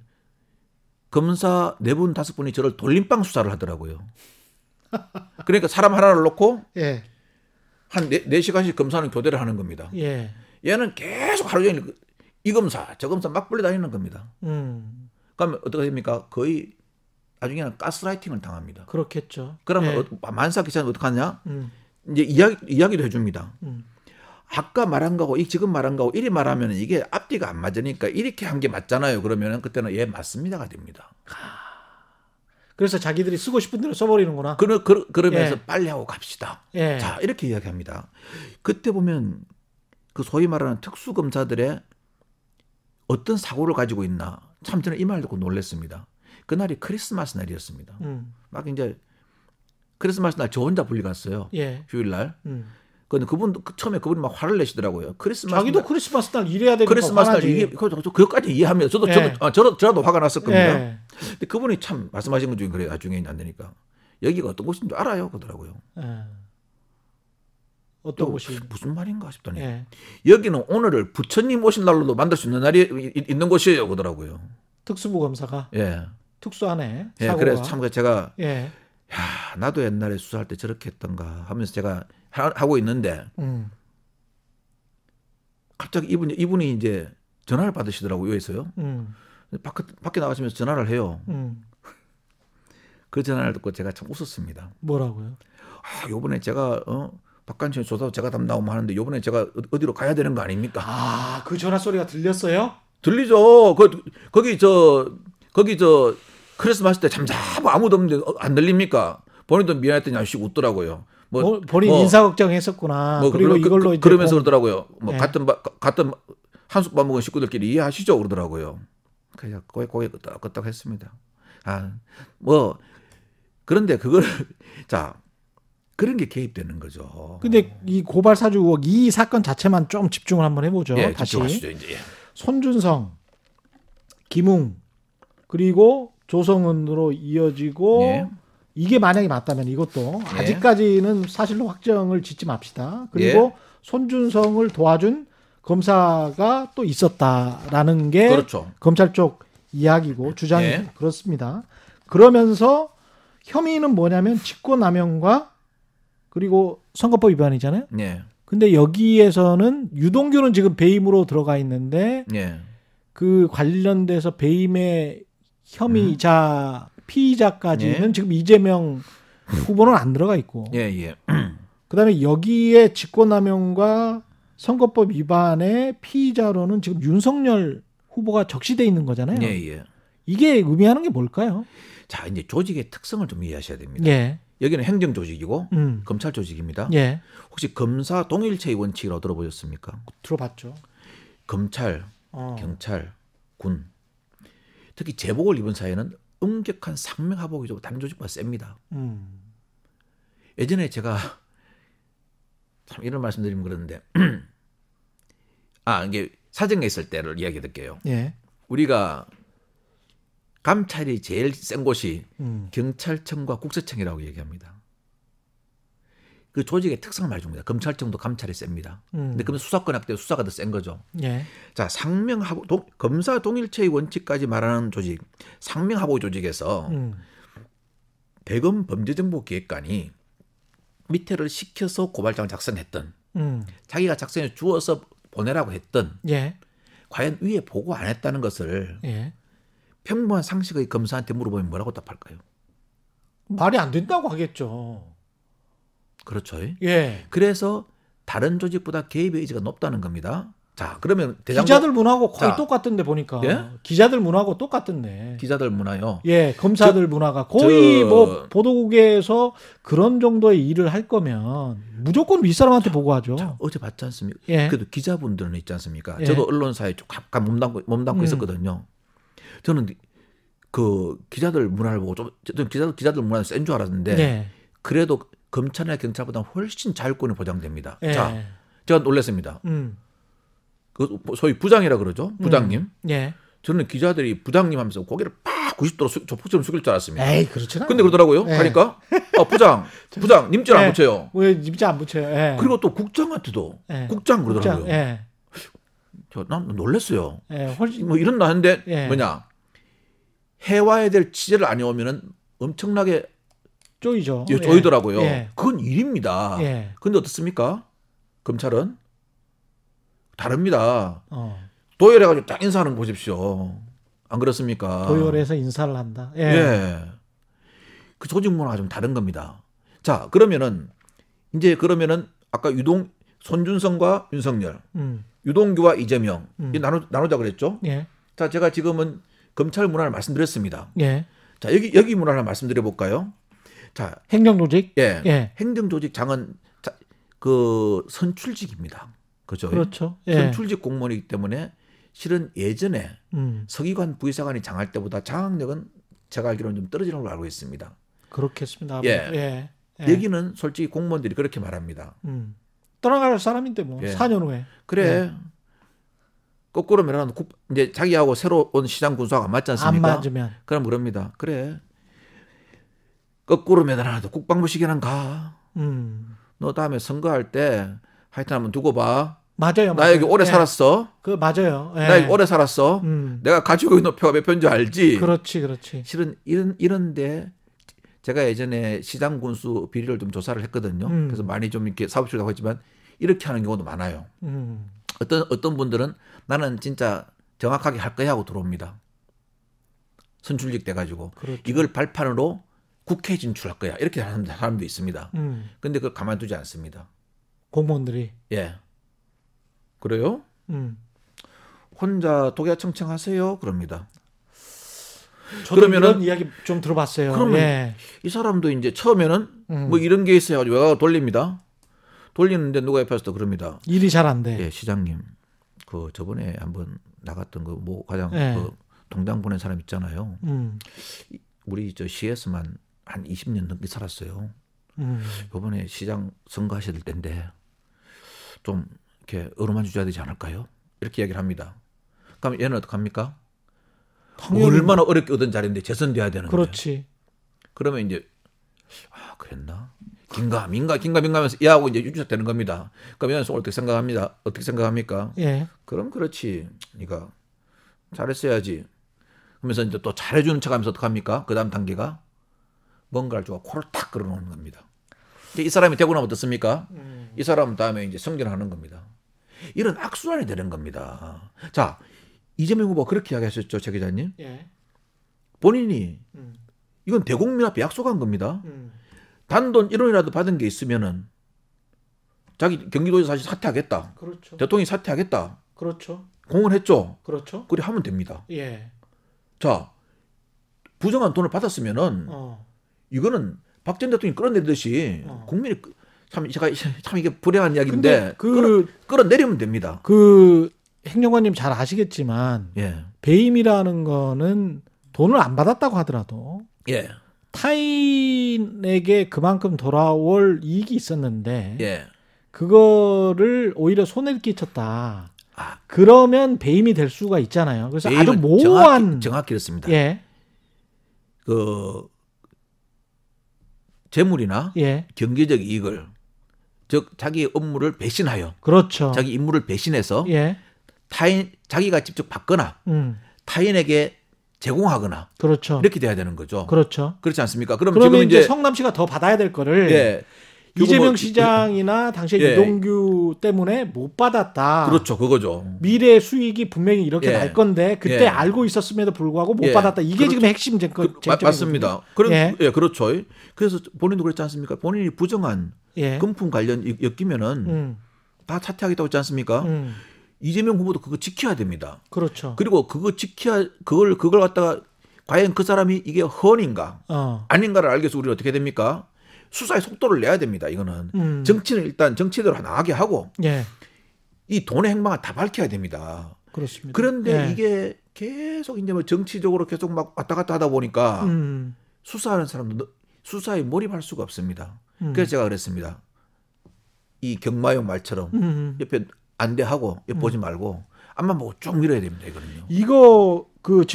검사 네 분 다섯 분이 저를 돌림빵 수사를 하더라고요. 그러니까 사람 하나를 놓고
예,
한 네, 네시간씩 검사하는 교대를 하는 겁니다.
예.
얘는 계속 하루 종일 그- 이 검사, 저 검사 막 불려다니는 겁니다.
음.
그러면 어떻게 됩니까? 거의 나중에는 가스라이팅을 당합니다.
그렇겠죠.
그러면
예.
어- 만사 기사는 어떡하냐?
음.
이제 이야기, 이야기도 해줍니다.
음.
아까 말한 거하고 이 지금 말한 거하고 이리 말하면 이게 앞뒤가 안 맞으니까 이렇게 한 게 맞잖아요. 그러면 그때는 예 맞습니다가 됩니다.
그래서 자기들이 쓰고 싶은 대로 써버리는구나.
그러, 그러, 면서
예.
빨리 하고 갑시다.
예.
자 이렇게 이야기합니다. 그때 보면 그 소위 말하는 특수 검사들의 어떤 사고를 가지고 있나 참 저는 이 말 듣고 놀랐습니다. 그날이 크리스마스 날이었습니다.
음.
막 이제 크리스마스 날 저 혼자 불리 갔어요.
예.
휴일 날.
음.
근데 그분 그 처음에 그분이 막 화를 내시더라고요. 크리스마스
자기도
날-
크리스마스 날 일해야 되니까
크리스마스 날
화나지.
이게 그- 그- 그것까지 이해합니다. 저도
예.
저도 아, 저도 저도 화가 났을 겁니다.
예.
근데 그분이 참 말씀하신 것 중에 그래 나중에 안 되니까 여기가 어떤 곳인 줄 알아요 그러더라고요.
예.
또그
어떤 곳이?
무슨 말인가 싶더니
예.
여기는 오늘을 부처님 오신 날로도 만들 수 있는 날이 이- 이- 있는 곳이에요 그러더라고요.
특수부 검사가
예.
특수하네.
예,
사고가.
그래서 참 제가
예.
야, 나도 옛날에 수사할 때 저렇게 했던가 하면서 제가 하, 하고 있는데
음.
갑자기 이분이 이분이 이제 전화를 받으시더라고요 여기서요.
음.
밖, 밖에 나가시면서 전화를 해요.
음.
그 전화를 듣고 제가 참 웃었습니다.
뭐라고요?
아, 요번에 제가 어? 박관천 조사 제가 담당하면 하는데 요번에 제가 어- 어디로 가야 되는 거 아닙니까?
아, 그 전화 소리가 들렸어요?
들리죠. 그 거기 저 거기 저 크리스마스 때 잠자고 아무도 없는데 어, 안 들립니까? 본인도 미안했더니 아저씨 웃더라고요. 뭐,
뭐, 본인
뭐,
인사 걱정 했었구나.
뭐
그리고
그러- 그-
이걸로
그,
이제
그러면서
공-
그러더라고요. 뭐
네.
같은 바, 가- 같은 한솥밥 먹은 식구들끼리 이해하시죠 그러더라고요. 그래서 고개 고개 끄덕끄덕 했습니다. 아 뭐 그런데 그걸 자 그런 게 개입되는 거죠.
근데 이 고발 사주 의혹 이 사건 자체만 좀 집중을 한번 해보죠.
예,
다시
집중하시죠, 이제. 예.
손준성, 김웅 그리고 조성은으로 이어지고
예.
이게 만약에 맞다면 이것도
예.
아직까지는 사실로 확정을 짓지 맙시다.
예.
그리고 손준성을 도와준 검사가 또 있었다라는 게
그렇죠.
검찰 쪽 이야기고 주장이
예.
그렇습니다. 그러면서 혐의는 뭐냐면 직권남용과 그리고 선거법 위반이잖아요.
예.
근데 여기에서는 유동규는 지금 배임으로 들어가 있는데
예.
그 관련돼서 배임의
음.
혐의자 피의자까지는 지금 이재명 후보는 안 들어가 있고
예, 예.
그다음에 여기에 직권남용과 선거법 위반의 피의자로는 지금 윤석열 후보가 적시돼 있는 거잖아요.
예, 예.
이게 의미하는 게 뭘까요?
자, 이제 조직의 특성을 좀 이해하셔야 됩니다.
예,
여기는 행정 조직이고
음,
검찰 조직입니다.
예,
혹시 검사 동일체의 원칙이라고 들어보셨습니까?
들어봤죠.
검찰,
어.
경찰, 군. 특히 제복을 입은 사회는 엄격한 상명하복이 좀 다른 조직보다 셉니다.
음,
예전에 제가 참 이런 말씀드리면 그러는데 아, 이게 사정에 있을 때를 이야기 드릴게요.
예,
우리가 감찰이 제일 센 곳이
음,
경찰청과 국세청이라고 얘기합니다. 그 조직의 특성을 말해줍니다 검찰청도 감찰이 셉니다.
음,
근데 그러면 수사권 확대 수사가 더 센 거죠.
예,
자 상명하복 동- 검사 동일체의 원칙까지 말하는 조직 상명하복 조직에서
음,
대검 범죄정보기획관이 밑에를 시켜서 고발장을 작성했던
음,
자기가 작성해 주어서 보내라고 했던
예,
과연 위에 보고 안 했다는 것을
예.
평범한 상식의 검사한테 물어보면 뭐라고 답할까요?
말이 안 된다고 하겠죠.
그렇죠.
예.
그래서 다른 조직보다 개입의 의지가 높다는 겁니다. 자, 그러면 대장동
기자들 문하고 거의
자.
똑같던데 보니까
예?
기자들 문하고 똑같던데.
기자들 문화요.
예, 검사들 문화가 거의
저-
뭐 보도국에서 그런 정도의 일을 할 거면 무조건 윗사람한테 보고하죠.
자, 어제 봤지 않습니까?
예.
그래도 기자분들은 있지 않습니까?
예.
저도 언론사에 좀 잠깐 몸담고 몸담고
음.
있었거든요. 저는 그 기자들 문화를 보고 좀, 좀 기자들 기자들 문화는 센 줄 알았는데
예.
그래도 검찰이나 경찰보다 훨씬 자율권이 보장됩니다.
예.
자, 제가 놀랐습니다.
음.
그 소위 부장이라 그러죠. 부장님.
예.
저는 기자들이 부장님 하면서 고개를 팍 90도로 수, 조폭처럼 숙일 줄 알았습니다.
에이, 그렇지는
근데 그러더라고요.
예.
가니까 아, 부장, 부장 님줄 안
예.
붙여요.
왜 입자 안 붙여요? 예.
그리고 또 국장한테도
예.
국장
국장,
그러더라고요.
예.
저 난 놀랐어요.
예. 훨씬
뭐 이런 나는데
예.
뭐냐 해와야 될 취재를 안 해오면은 엄청나게
쪼이죠.
예, 조이더라고요.
어,
아.
예.
그건 일입니다.
예. 예.
근데 어떻습니까? 검찰은 다릅니다.
어.
도열해가지고 딱 인사하는 거 보십시오. 안 그렇습니까?
도열해서 인사를 한다. 예.
아. 예. 그 조직 문화가 좀 다른 겁니다. 자, 그러면은 이제 그러면은 아까 유동 손준성과 윤석열,
음.
유동규와 이재명
음.
이 나누 나누자 그랬죠?
예.
자, 제가 지금은 검찰 문화를 말씀드렸습니다.
예.
자, 여기 여기 문화를 말씀드려 볼까요? 자,
행정조직.
예.
예.
행정조직 장은 자, 그 선출직입니다. 그죠?
그렇죠. 예.
선출직 공무원이기 때문에 실은 예전에
음.
서기관 부의사관이 장할 때보다 장악력은 제가 알기로는 좀 떨어지는 걸로 알고 있습니다.
그렇겠습니다.
예.
아무래도. 예. 예.
여기는 솔직히 공무원들이 그렇게 말합니다.
음. 떠나갈 사람인데 뭐
예.
4년 후에.
그래. 거꾸로 말하면 국- 이제 자기하고 새로 온 시장 군수하고 안 맞지
안
않습니까?
맞으면
그럼 그럽니다. 그래. 거꾸로 매달아도 국방부 시계는 가.
음.
너 다음에 선거할 때 하여튼 한번 두고 봐.
맞아요.
나 여기
맞아요.
오래
예.
살았어.
그 맞아요. 예.
나 여기 오래 살았어.
음.
내가 가지고 있는 표가 몇 표인 줄 알지.
그렇지, 그렇지.
실은 이런 이런데 제가 예전에 시장 군수 비리를 좀 조사를 했거든요.
음.
그래서 많이 좀 이렇게 사법실도 하고 있지만 이렇게 하는 경우도 많아요.
음.
어떤 어떤 분들은 나는 진짜 정확하게 할 거야 하고 들어옵니다. 선출직 돼 가지고
그렇죠.
이걸 발판으로 국회 에 진출할 거야 이렇게 하는 사람도 있습니다.
음.
근데 그걸 가만두지 않습니다.
공무원들이
예. 그래요?
음.
혼자 독야 청청하세요 그럽니다.
저도
그러면은-
이런 이야기 좀 들어봤어요.
그러면-
예.
이 사람도 이제 처음에는
음.
뭐 이런 게 있어가지고 외곽을 돌립니다. 돌리는데 누가 옆에서 또 그럽니다.
일이 잘 안 돼.
예, 시장님. 그 저번에 한번 나갔던 그 뭐 가장
예.
그 동당 보낸 사람 있잖아요.
음.
우리 저 시에서만 한 20년 넘게 살았어요.
음.
요번에 시장 선거하실 때인데 좀 이렇게 어루만 주셔야 되지 않을까요? 이렇게 이야기를 합니다. 그럼 얘는 어떡합니까?
당연히 그렇죠.
얼마나 어렵게 얻은 자리인데 재선돼야 되는데.
그렇지.
그러면 이제 아 그랬나? 긴감, 인가, 긴감, 인감하면서 얘하고 이제 유추되는 겁니다. 그럼 연수 어떻게 생각합니다? 어떻게 생각합니까?
예.
그럼 그렇지. 네가 잘했어야지. 그러면서 이제 또 잘해주는 척하면서 어떡합니까? 그 다음 단계가 뭔가를 주고 코를 탁 끌어놓는 겁니다. 이제 이 사람이 되고 나면 어떻습니까? 이 사람 다음에 이제 성장하는 겁니다. 이런 악순환이 되는 겁니다. 자 이재명 후보 가 그렇게 이야기하셨죠, 최 기자님.
예.
본인이
음.
이건 대국민 앞에 약속한 겁니다.
음.
단돈 1원이라도 받은 게 있으면은 자기 경기도에서 사실 사퇴하겠다.
그렇죠.
대통령이 사퇴하겠다.
그렇죠.
공언했죠.
그렇죠.
그래 하면 됩니다.
예.
자, 부정한 돈을 받았으면은
어.
이거는 박 전 대통령이 끌어내듯이
어.
국민이 끄- 참 제가 참 이게 불행한
근데
이야기인데 끌어,
그,
끌어내리면 됩니다.
그 행정관님 잘 아시겠지만
예,
배임이라는 거는 돈을 안 받았다고 하더라도
예,
타인에게 그만큼 돌아올 이익이 있었는데
예.
그거를 오히려 손해를 끼쳤다.
아,
그러면 배임이 될 수가 있잖아요. 그래서 아주
내일은
모호한
정확히, 정확히 그렇습니다.
예.
그 재물이나
예.
경제적 이익을 즉 자기 업무를 배신하여
그렇죠.
자기 임무를 배신해서
예.
타인 자기가 직접 받거나
음.
타인에게 제공하거나
그렇죠.
이렇게 돼야 되는 거죠.
그렇죠.
그렇지 않습니까? 그럼
그러면
지금
이제,
이제
성남 씨가 더 받아야 될 거를
예,
이재명
뭐-
시장이나 당시 에
예.
유동규 때문에 못 받았다.
그렇죠, 그거죠.
미래 수익이 분명히 이렇게
예.
날 건데 그때
예.
알고 있었음에도 불구하고 못
예.
받았다. 이게 지금 핵심
그,
쟁점.
마- 맞습니다. 그런
예.
예. 그렇죠. 그래서 본인도 그렇지 않습니까? 본인이 부정한
예.
금품 관련 이- 엮이면은
음,
다 사퇴하겠다고 했지 않습니까?
음,
이재명 후보도 그거 지켜야 됩니다.
그렇죠.
그리고 그거 지켜야 그걸 그걸 갖다가 과연 그 사람이 이게 헌인가?
어,
아닌가를 알기 위해서 우리는 어떻게 됩니까? 수사의 속도를 내야 됩니다. 이거는
음.
정치는 일단 정치대로 나가게 하고
예,
이 돈의 행방을 다 밝혀야 됩니다.
그렇습니다.
그런데
예.
이게 계속 이제 뭐 정치적으로 계속 막 왔다 갔다 하다 보니까
음,
수사하는 사람도 너- 수사에 몰입할 수가 없습니다.
음,
그래서 제가 그랬습니다. 이 경마용 말처럼
음.
옆에 안대하고 옆 보지 말고 앞만 보고 쭉 밀어야 됩니다. 이거는요.
이거 그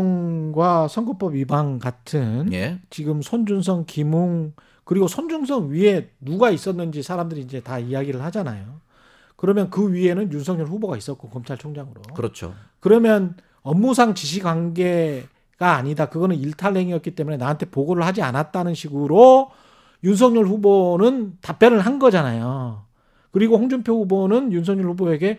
직권남용과 선거법 위반 같은
예,
지금 손준성, 김웅 그리고 손준성 위에 누가 있었는지 사람들이 이제 다 이야기를 하잖아요. 그러면 그 위에는 어? 윤석열 후보가 있었고 검찰총장으로.
그렇죠.
그러면 업무상 지시관계 아니다. 그거는 일탈행위였기 때문에 나한테 보고를 하지 않았다는 식으로 윤석열 후보는 답변을 한 거잖아요. 그리고 홍준표 후보는 윤석열 후보에게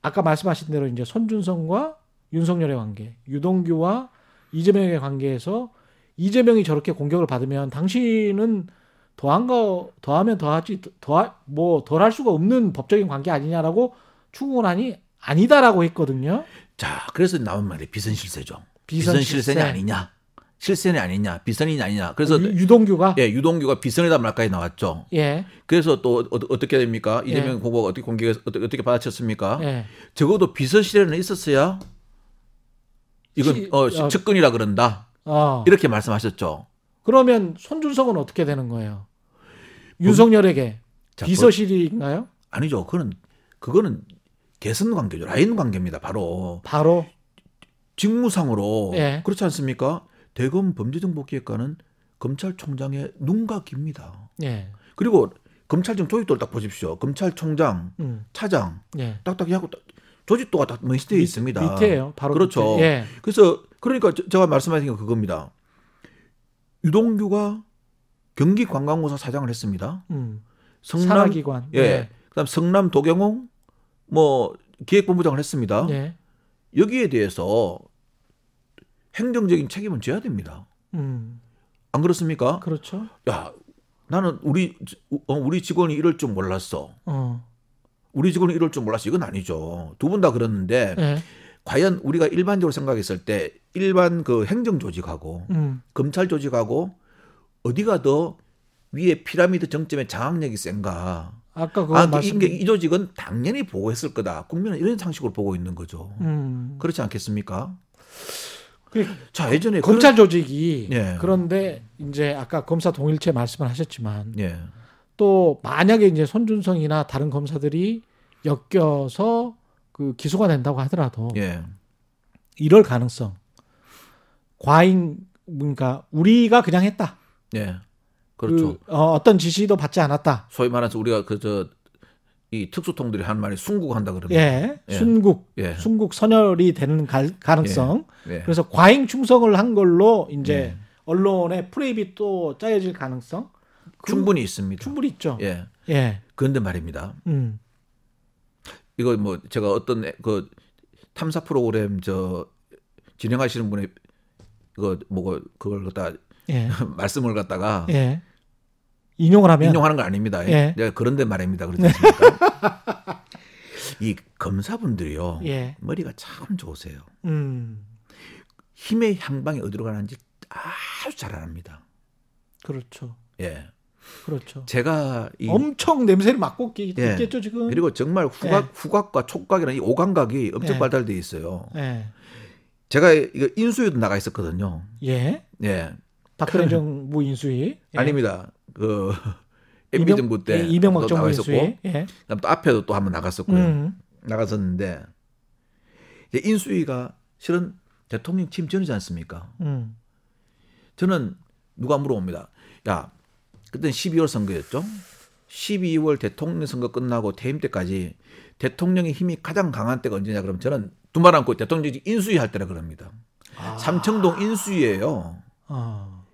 아까 말씀하신 대로 이제 손준성과 윤석열의 관계, 유동규와 이재명의 관계에서 이재명이 저렇게 공격을 받으면 당신은 더한 거 더하면 더하지 더뭐 덜 할 수가 없는 법적인 관계 아니냐라고 추궁을 하니 아니다라고 했거든요.
자, 그래서 나온 말이 비선실세죠.
비선실세.
비선실세냐 아니냐. 실세냐 아니냐. 비선이 아니냐. 그래서
유- 유동규가
예, 유동규가 비선이다 말까지 나왔죠.
예.
그래서 또 어, 떻게 됩니까? 이재명
예.
후보가 어떻게 공격 어떻게, 어떻게 받아쳤습니까?
예.
적어도 비선실에는 있었어야 이건
시-
어,
어.
측근이라 그런다.
어.
이렇게 말씀하셨죠.
그러면 손준성은 어떻게 되는 거예요? 윤석열에게
어? 자,
비서실인가요?
아니죠. 그거는 그거는 개선 관계죠. 라인 관계입니다. 바로
바로
직무상으로
예.
그렇지 않습니까? 대검 범죄정보기획관은 검찰총장의 눈과 귀입니다.
예.
그리고 검찰청 조직도를 딱 보십시오. 검찰총장,
음.
차장
예.
딱딱이 하고 딱- 조직도가 딱 멋있게
밑-
있습니다.
밑에요. 바로
그렇죠.
밑에. 예.
그래서 그러니까 저- 제가 말씀하신 게 그겁니다. 유동규가 경기관광공사 사장을 했습니다.
음.
성남
산하기관. 네.
예. 그다음 성남 도경홍 뭐 기획본부장을 했습니다.
예. 예.
여기에 대해서 행정적인 책임은 져야 됩니다.
음.
안 그렇습니까?
그렇죠.
야, 나는 우리 어, 우리 직원이 이럴 줄 몰랐어.
어.
우리 직원이 이럴 줄 몰랐어. 이건 아니죠. 두 분 다 그랬는데
예.
과연 우리가 일반적으로 생각했을 때 일반 그 행정 조직하고
음.
검찰 조직하고 어디가 더 위에 피라미드 정점의 장악력이 센가?
아까 그거
아, 그
말씀.
이게 이 조직은 당연히 보고했을 거다. 국민은 이런 상식으로 보고 있는 거죠.
음.
그렇지 않겠습니까?
그-
자, 예전에
검찰 조직이
네, 예.
그런데 이제 아까 검사 동일체 말씀을 하셨지만
그런- 예.
또 만약에 이제 손준성이나 다른 검사들이 엮여서 그 기소가 된다고 하더라도
예.
이럴 가능성 과잉 그러니까 우리가 그냥 했다
예. 그렇죠.
그, 어, 어떤 지시도 받지 않았다
소위 말해서 우리가 그 저 이 특수통들이 한 말이 순국한다 그러면
예,
예.
순국
예.
순국 선열이 되는 갈- 가능성
예.
그래서 과잉 충성을 한 걸로 이제
예.
언론의 프레임이 또 짜여질 가능성 그-
충분히 있습니다.
충분히 있죠
예.
예.
그런데 말입니다.
음.
이거 뭐 제가 어떤 그 탐사 프로그램 저 진행하시는 분의 그거 뭐고 그걸 갖다
예.
말씀을 갖다가
예. 인용을 하면
인용하는 거 아닙니다.
예.
내가 그런데 말입니다. 그렇지 않습니까? 이 검사분들이요.
예.
머리가 참 좋으세요.
음.
힘의 향방이 어디로 가는지 아주 잘 압니다.
그렇죠.
예.
그렇죠.
제가 이
엄청 냄새를 맡고 있,
예.
겠죠 지금.
그리고 정말 후각 후각과 촉각이라는 이 오감각이 엄청
예.
발달돼 있어요.
예.
제가 이거 인수위도 나가 있었거든요.
예.
예.
박근혜 정부 인수위. 예.
그 아닙니다. 그 MB
이명-
정부
예,
때
이명박
또
정부
나가 있었고 네.
인수위. 예.
그다음 또 앞에도 또 한번 나갔었고요.
음.
나갔었는데 이제 인수위가 실은 대통령 취임 전이지 않습니까?
음.
저는 누가 물어봅니다. 야, 그때 12월 선거였죠. 12월 대통령 선거 끝나고 퇴임 때까지 대통령의 힘이 가장 강한 때가 언제냐? 그럼 저는 두말 않고 대통령 인수위 할 때라 그럽니다.
아.
삼청동 인수위예요.
어.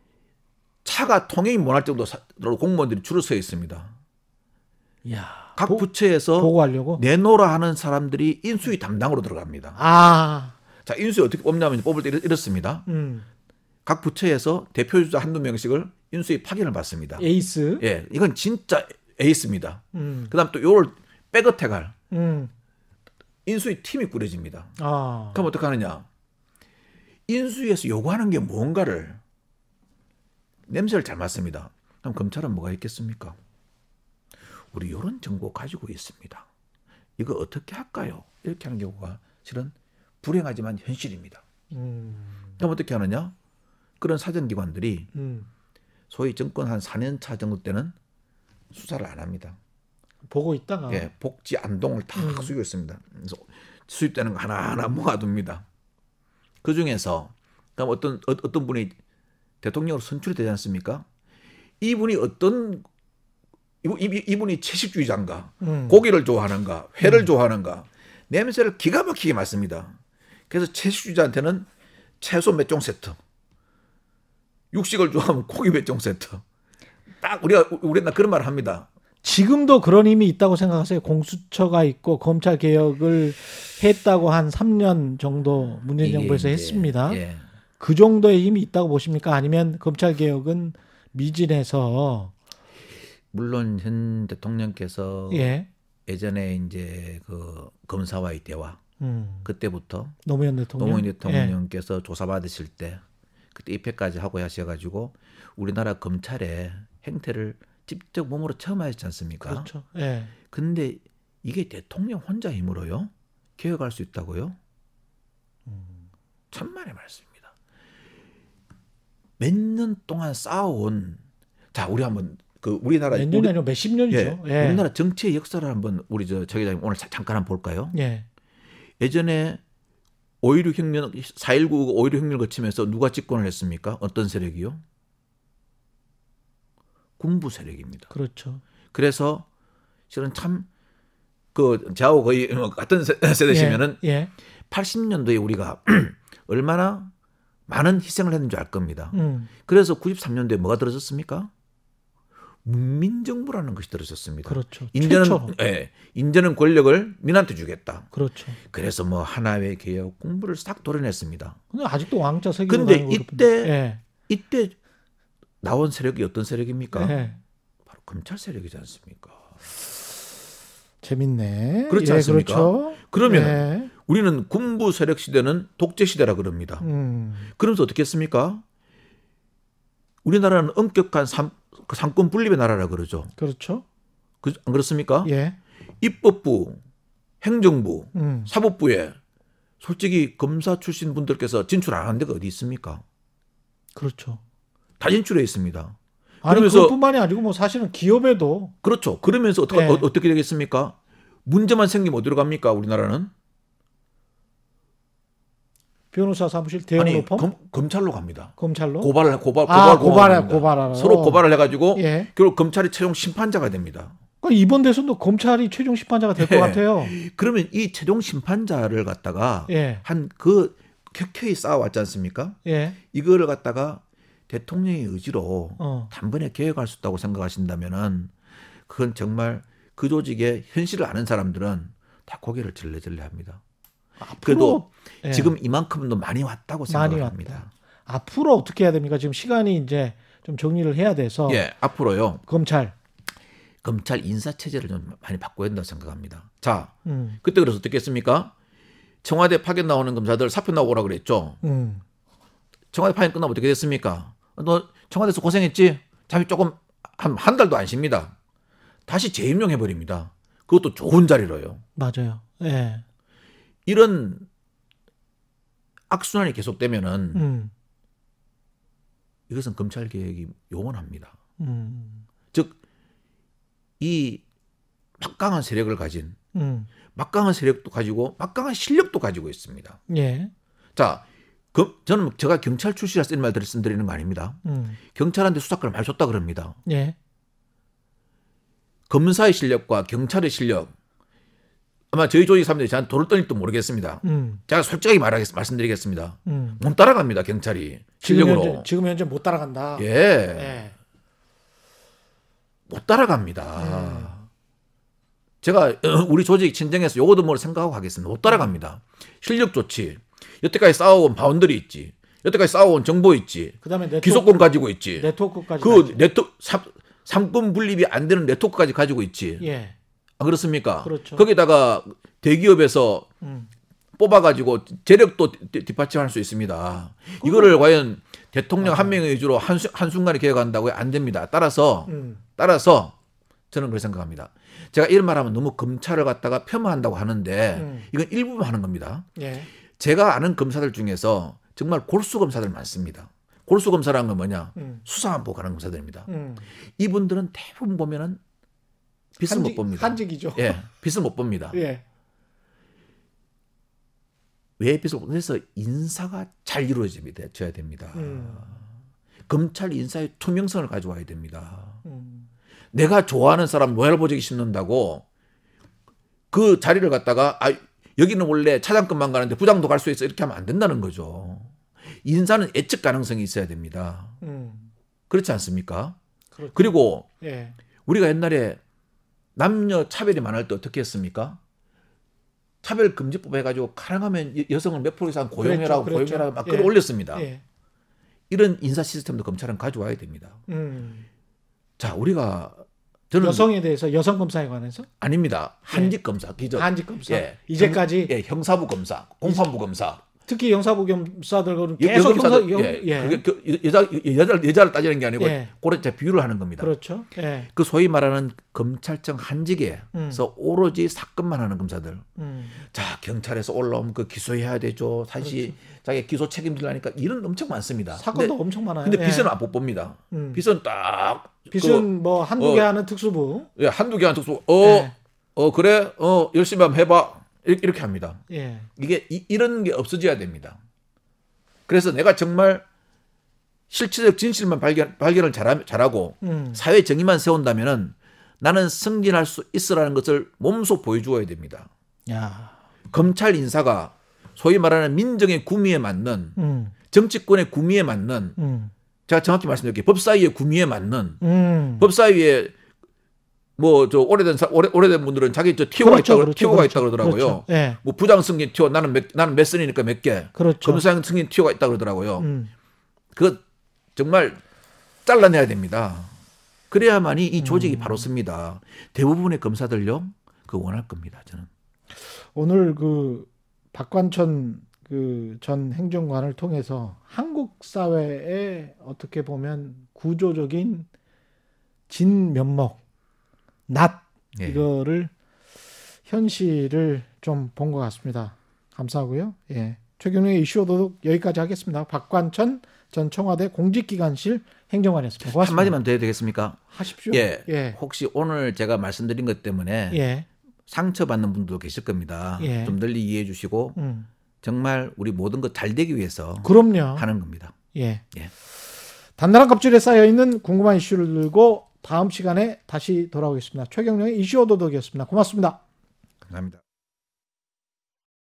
차가 통행이 못할 정도로 공무원들이 줄을 서 있습니다.
야.
각
보-
부처에서 네.
보고하려고.
내놓으라 하는 사람들이 인수위 담당으로 들어갑니다.
아.
자, 인수위 어떻게 뽑냐면 뽑을 때 이렇- 이렇습니다.
음.
각 부처에서 대표주자 한두 명씩을 인수위 파견을 받습니다.
에이스.
예, 이건 진짜 에이스입니다.
음.
그다음 또 요걸 백어택할
음.
인수위 팀이 꾸려집니다.
아.
그럼 어떻게 하느냐? 인수위에서 요구하는 게 뭔가를 냄새를 잘 맡습니다. 그럼 검찰은 뭐가 있겠습니까? 우리 이런 정보 가지고 있습니다. 이거 어떻게 할까요? 이렇게 하는 경우가 실은 불행하지만 현실입니다.
음.
그럼 어떻게 하느냐? 그런 사정기관들이
음.
소위 정권 한 4년 차 정도 때는 수사를 안 합니다.
보고 있다가
예, 복지 안동을 다
음.
수입 했습니다. 그래서 수입되는 거 하나하나 모아둡니다. 그 중에서 그럼 어떤 어, 어떤 분이 대통령으로 선출이 되지 않습니까? 이분이 어떤 이분- 이- 이분이 채식주의자인가,
음.
고기를 좋아하는가, 회를 좋아하는가 냄새를 기가 막히게 맡습니다. 그래서 채식주의자한테는 채소 몇 종 세트. 육식을 좋아하면 고기 몇 종 세트. 딱 우리가 우리나라 그런 말을 합니다.
지금도 그런 힘이 있다고 생각하세요? 공수처가 있고 검찰 개혁을 했다고 한 3년 정도 문재인
이게
정부에서
이제,
했습니다.
예.
그 정도의 힘이 있다고 보십니까? 아니면 검찰 개혁은 미진해서
어. 물론 현 대통령께서
예,
예전에 이제 그 검사와의 대화
음,
그때부터
노무현 대통령,
노무현
예,
대통령께서 조사받으실 때 그때 입회까지 하고 하셔가지고 우리나라 검찰의 행태를 직접 몸으로 체험하셨지 않습니까?
그렇죠. 예,
근데 이게 대통령 혼자 힘으로요 개혁할 수 있다고요?
음.
천만의 말씀입니다. 몇 년 동안 쌓아온 자 우리 한번 그 우리나라
몇 년이
우리-
아니고 몇십 년이죠.
예, 우리나라 정치의 역사를 한번 우리 저정 기자님 오늘 자- 잠깐 한번 볼까요?
예,
예전에 5.16 혁명 4.19 5.16 혁명을 거치면서 누가 집권을 했습니까? 어떤 세력이요? 군부 세력입니다.
그렇죠.
그래서 실은 참 그 저하고 거의 같은 세- 세대시면은
예, 예,
80년도에 우리가 얼마나 많은 희생을 했는 줄 알 겁니다.
음,
그래서 93년도에 뭐가 들어졌습니까? 문민정부라는 것이 들어졌습니다.
그렇죠. 최초.
인제는 예, 인제는 권력을 민한테 주겠다.
그렇죠.
그래서 뭐 하나의 개혁 공부를 싹 도려냈습니다.
근데 아직도 왕자 세계.
근데 이때
예,
이때 나온 세력이 어떤 세력입니까?
예.
바로 검찰 세력이지 않습니까?
재밌네.
그렇지
예,
않습니까?
그렇죠.
그러면
예,
우리는 군부 세력 시대는 독재 시대라 그럽니다.
음,
그러면서 어떻게 했습니까? 우리나라는 엄격한 삼, 그 삼권 분립의 나라라 그러죠.
그렇죠.
그, 안 그렇습니까?
예,
입법부, 행정부,
음,
사법부에 솔직히 검사 출신 분들께서 진출 안 하는 데가 어디 있습니까?
그렇죠.
다 진출해 있습니다.
아니
그러면서-
그뿐만이 아니고 뭐 사실은 기업에도
그렇죠. 그러면서 어떻게,
예.
어, 어떻게 되겠습니까? 문제만 생기면 어디로 갑니까? 우리나라는?
변호사 사무실 대형로펌
검, 검찰로 갑니다.
검찰로
고발을 고발
아,
어, 고발 고발을
고발하-
합니다.
고발하러.
서로 고발을 해가지고
예.
결국 검찰이 최종 심판자가 됩니다.
그러니까 이번 대선도 검찰이 최종 심판자가 될 것
예.
같아요.
그러면 이 최종 심판자를 갖다가
예.
한 그 켜켜이 쌓아왔지 않습니까?
예.
이거를 갖다가 대통령의 의지로
어.
단번에 개혁할 수 있다고 생각하신다면은 그건 정말 그 조직의 현실을 아는 사람들은 다 고개를 절레절레합니다. 그래도
예.
지금 이만큼도 많이 왔다고 생각을
많이
합니다.
앞으로 어떻게 해야 됩니까? 지금 시간이 이제 좀 정리를 해야 돼서
예, 앞으로요
검찰
검찰 인사 체제를 좀 많이 바꿔야 된다고 생각합니다. 자,
음.
그때 그래서 어떻게 했습니까? 청와대 파견 나오는 검사들 사표 나오고 오라 그랬죠.
음.
청와대 파견 끝나면 어떻게 됐습니까? 너 청와대에서 고생했지? 잠이 조금 한, 한 달도 안 쉽니다. 다시 재임용해 버립니다. 그것도 좋은 자리로요.
맞아요. 예.
이런 악순환이 계속되면은
음.
이것은 검찰 개혁이 요원합니다.
음.
즉, 이 막강한 세력을 가진
음.
막강한 세력도 가지고 막강한 실력도 가지고 있습니다.
예.
자, 그- 저는 제가 경찰 출신이라서 이런 말 말씀드리는 거 아닙니다.
음.
경찰한테 수사권을 많이 줬다 그럽니다.
예.
검사의 실력과 경찰의 실력 아마 저희 조직 사람들이 저한테 돌을 떠닐지도 모르겠습니다.
음.
제가 솔직하게 말하겠, 말씀드리겠습니다.
음.
못 따라갑니다 경찰이
지금
실력으로
현재, 지금 현재 못 따라간다.
예,
예.
못 따라갑니다. 제가 어, 우리 조직 진정해서 요거도 뭘 생각하고 가겠습니다. 못 따라갑니다. 실력 좋지. 여태까지 싸워온 바운드리 있지. 여태까지 싸워온 정보 있지.
그다음에 네트워크,
기소권 가지고 있지.
네트워크까지
그
가지.
네트 삼- 삼권 분립이 안 되는 네트워크까지 가지고 있지.
예.
안 그렇습니까?
그렇죠.
거기다가 대기업에서
음.
뽑아가지고 재력도 뒷- 뒷받침할 수 있습니다. 이거를 과연 대통령 한 명의 의지로 한수, 한순간에 개혁한다고 안 됩니다. 따라서
음.
따라서 저는 그렇게 생각합니다. 제가 이런 말하면 너무 검찰을 갖다가 폄하한다고 하는데
음.
이건 일부만 하는 겁니다.
예.
제가 아는 검사들 중에서 정말 골수 검사들 많습니다. 골수 검사라는 건 뭐냐?
음.
수사만 보고 가는 검사들입니다.
음.
이분들은 대부분 보면은 빚을 못
한직-
봅니다.
한직이죠.
예, 빚을 못 봅니다.
예.
왜 빚을 못 그래서 인사가 잘 이루어져야 됩니다.
음.
검찰 인사의 투명성을 가져와야 됩니다.
음.
내가 좋아하는 사람 로얄 보직이 심는다고 그 자리를 갖다가 아 여기는 원래 차장급만 가는데 부장도 갈 수 있어 이렇게 하면 안 된다는 거죠. 인사는 예측 가능성이 있어야 됩니다.
음.
그렇지 않습니까?
그렇죠.
그리고
예.
우리가 옛날에 남녀 차별이 많을 때 어떻게 했습니까? 차별 금지법 해가지고 가능하면 여- 여성을 몇 프로 이상
그렇죠,
고용해라고
그랬죠, 그랬죠.
고용해라고 막
예.
끌어올렸습니다.
예.
이런 인사 시스템도 검찰은 가져와야 됩니다.
음.
자, 우리가 저는
여성에 예. 대해서 여성 검사에 관해서
아닙니다. 한직 검사, 기저,
한직 검사
예.
이제까지
예, 형사부 검사, 공판부 검사,
특히 영사부 검사들은
여-
계속
여성 검사도-
영-
예,
예.
그게 그 여- 여자 여자를 여자를 따지는 게 아니고
예.
그런 제 비유를 하는 겁니다. 그
그렇죠. 예.
소위 말하는 검찰청 한직에서 오로지 사건만 하는 검사들.
음.
자 경찰에서 올라오면 그 기소해야 되죠. 다시 자기 기소 책임질라니까 일은 엄청 많습니다.
그렇죠. 사건도 엄청 많아요.
근데,
예.
근데 빚은 못 봅니다.
음.
빚은 딱
빚은 뭐 한두 개
어.
하는 특수부.
그, 예, 한두 개한 특수 어,
예.
어 그래 어 열심히 한번 해봐 이렇게, 이렇게 합니다.
예.
이게 이, 이런 게 없어져야 됩니다. 그래서 내가 정말 실체적 진실만 발견 발견을 잘하, 잘하고
음.
사회 정의만 세운다면은 나는 승진할 수 있으라는 것을 몸소 보여주어야 됩니다.
야.
검찰 인사가 소위 말하는 민정의 구미에 맞는
음.
정치권의 구미에 맞는
음.
제가 정확히 말씀드릴게요. 법사위의 구미에 맞는 그
음.
법사위에 뭐 저 오래된 사- 오래, 오래된 분들은 자기 저 티오가
그렇죠,
있다 고
그렇죠,
티오가
그렇죠.
있다 그러더라고요.
그렇죠. 예.
뭐 부장 승진 티오 나는 몇 나는 몇 선이니까 몇 개.
그렇죠.
검사장 승진 티오가 있다 그러더라고요.
음.
그거 정말 잘라내야 됩니다. 그래야만이 이 조직이
음.
바로 씁니다. 대부분의 검사들요, 그 원할 겁니다. 저는.
오늘 그 박관천 그 전 행정관을 통해서 한국 사회의 어떻게 보면 구조적인 진면목, 낫
예.
이거를 현실을 좀 본 것 같습니다. 감사하고요. 예. 최경영의 이슈 오도독 여기까지 하겠습니다. 박관천 전 청와대 공직기관실 행정관이었습니다. 고맙습니다.
한마디만 더 해도 되겠습니까?
하십시오.
예.
예.
혹시 오늘 제가 말씀드린 것 때문에
예.
상처받는 분도 계실 겁니다.
예.
좀 널리 이해해 주시고
음. 그렇죠.
정말 우리 모든 것 잘 되기 위해서
그럼요.
하는 겁니다.
예.
예.
단단한 껍질에 쌓여 있는 궁금한 이슈를 들고 다음 시간에 다시 돌아오겠습니다. 최경령의 이슈 오도독이었습니다. 고맙습니다.
감사합니다.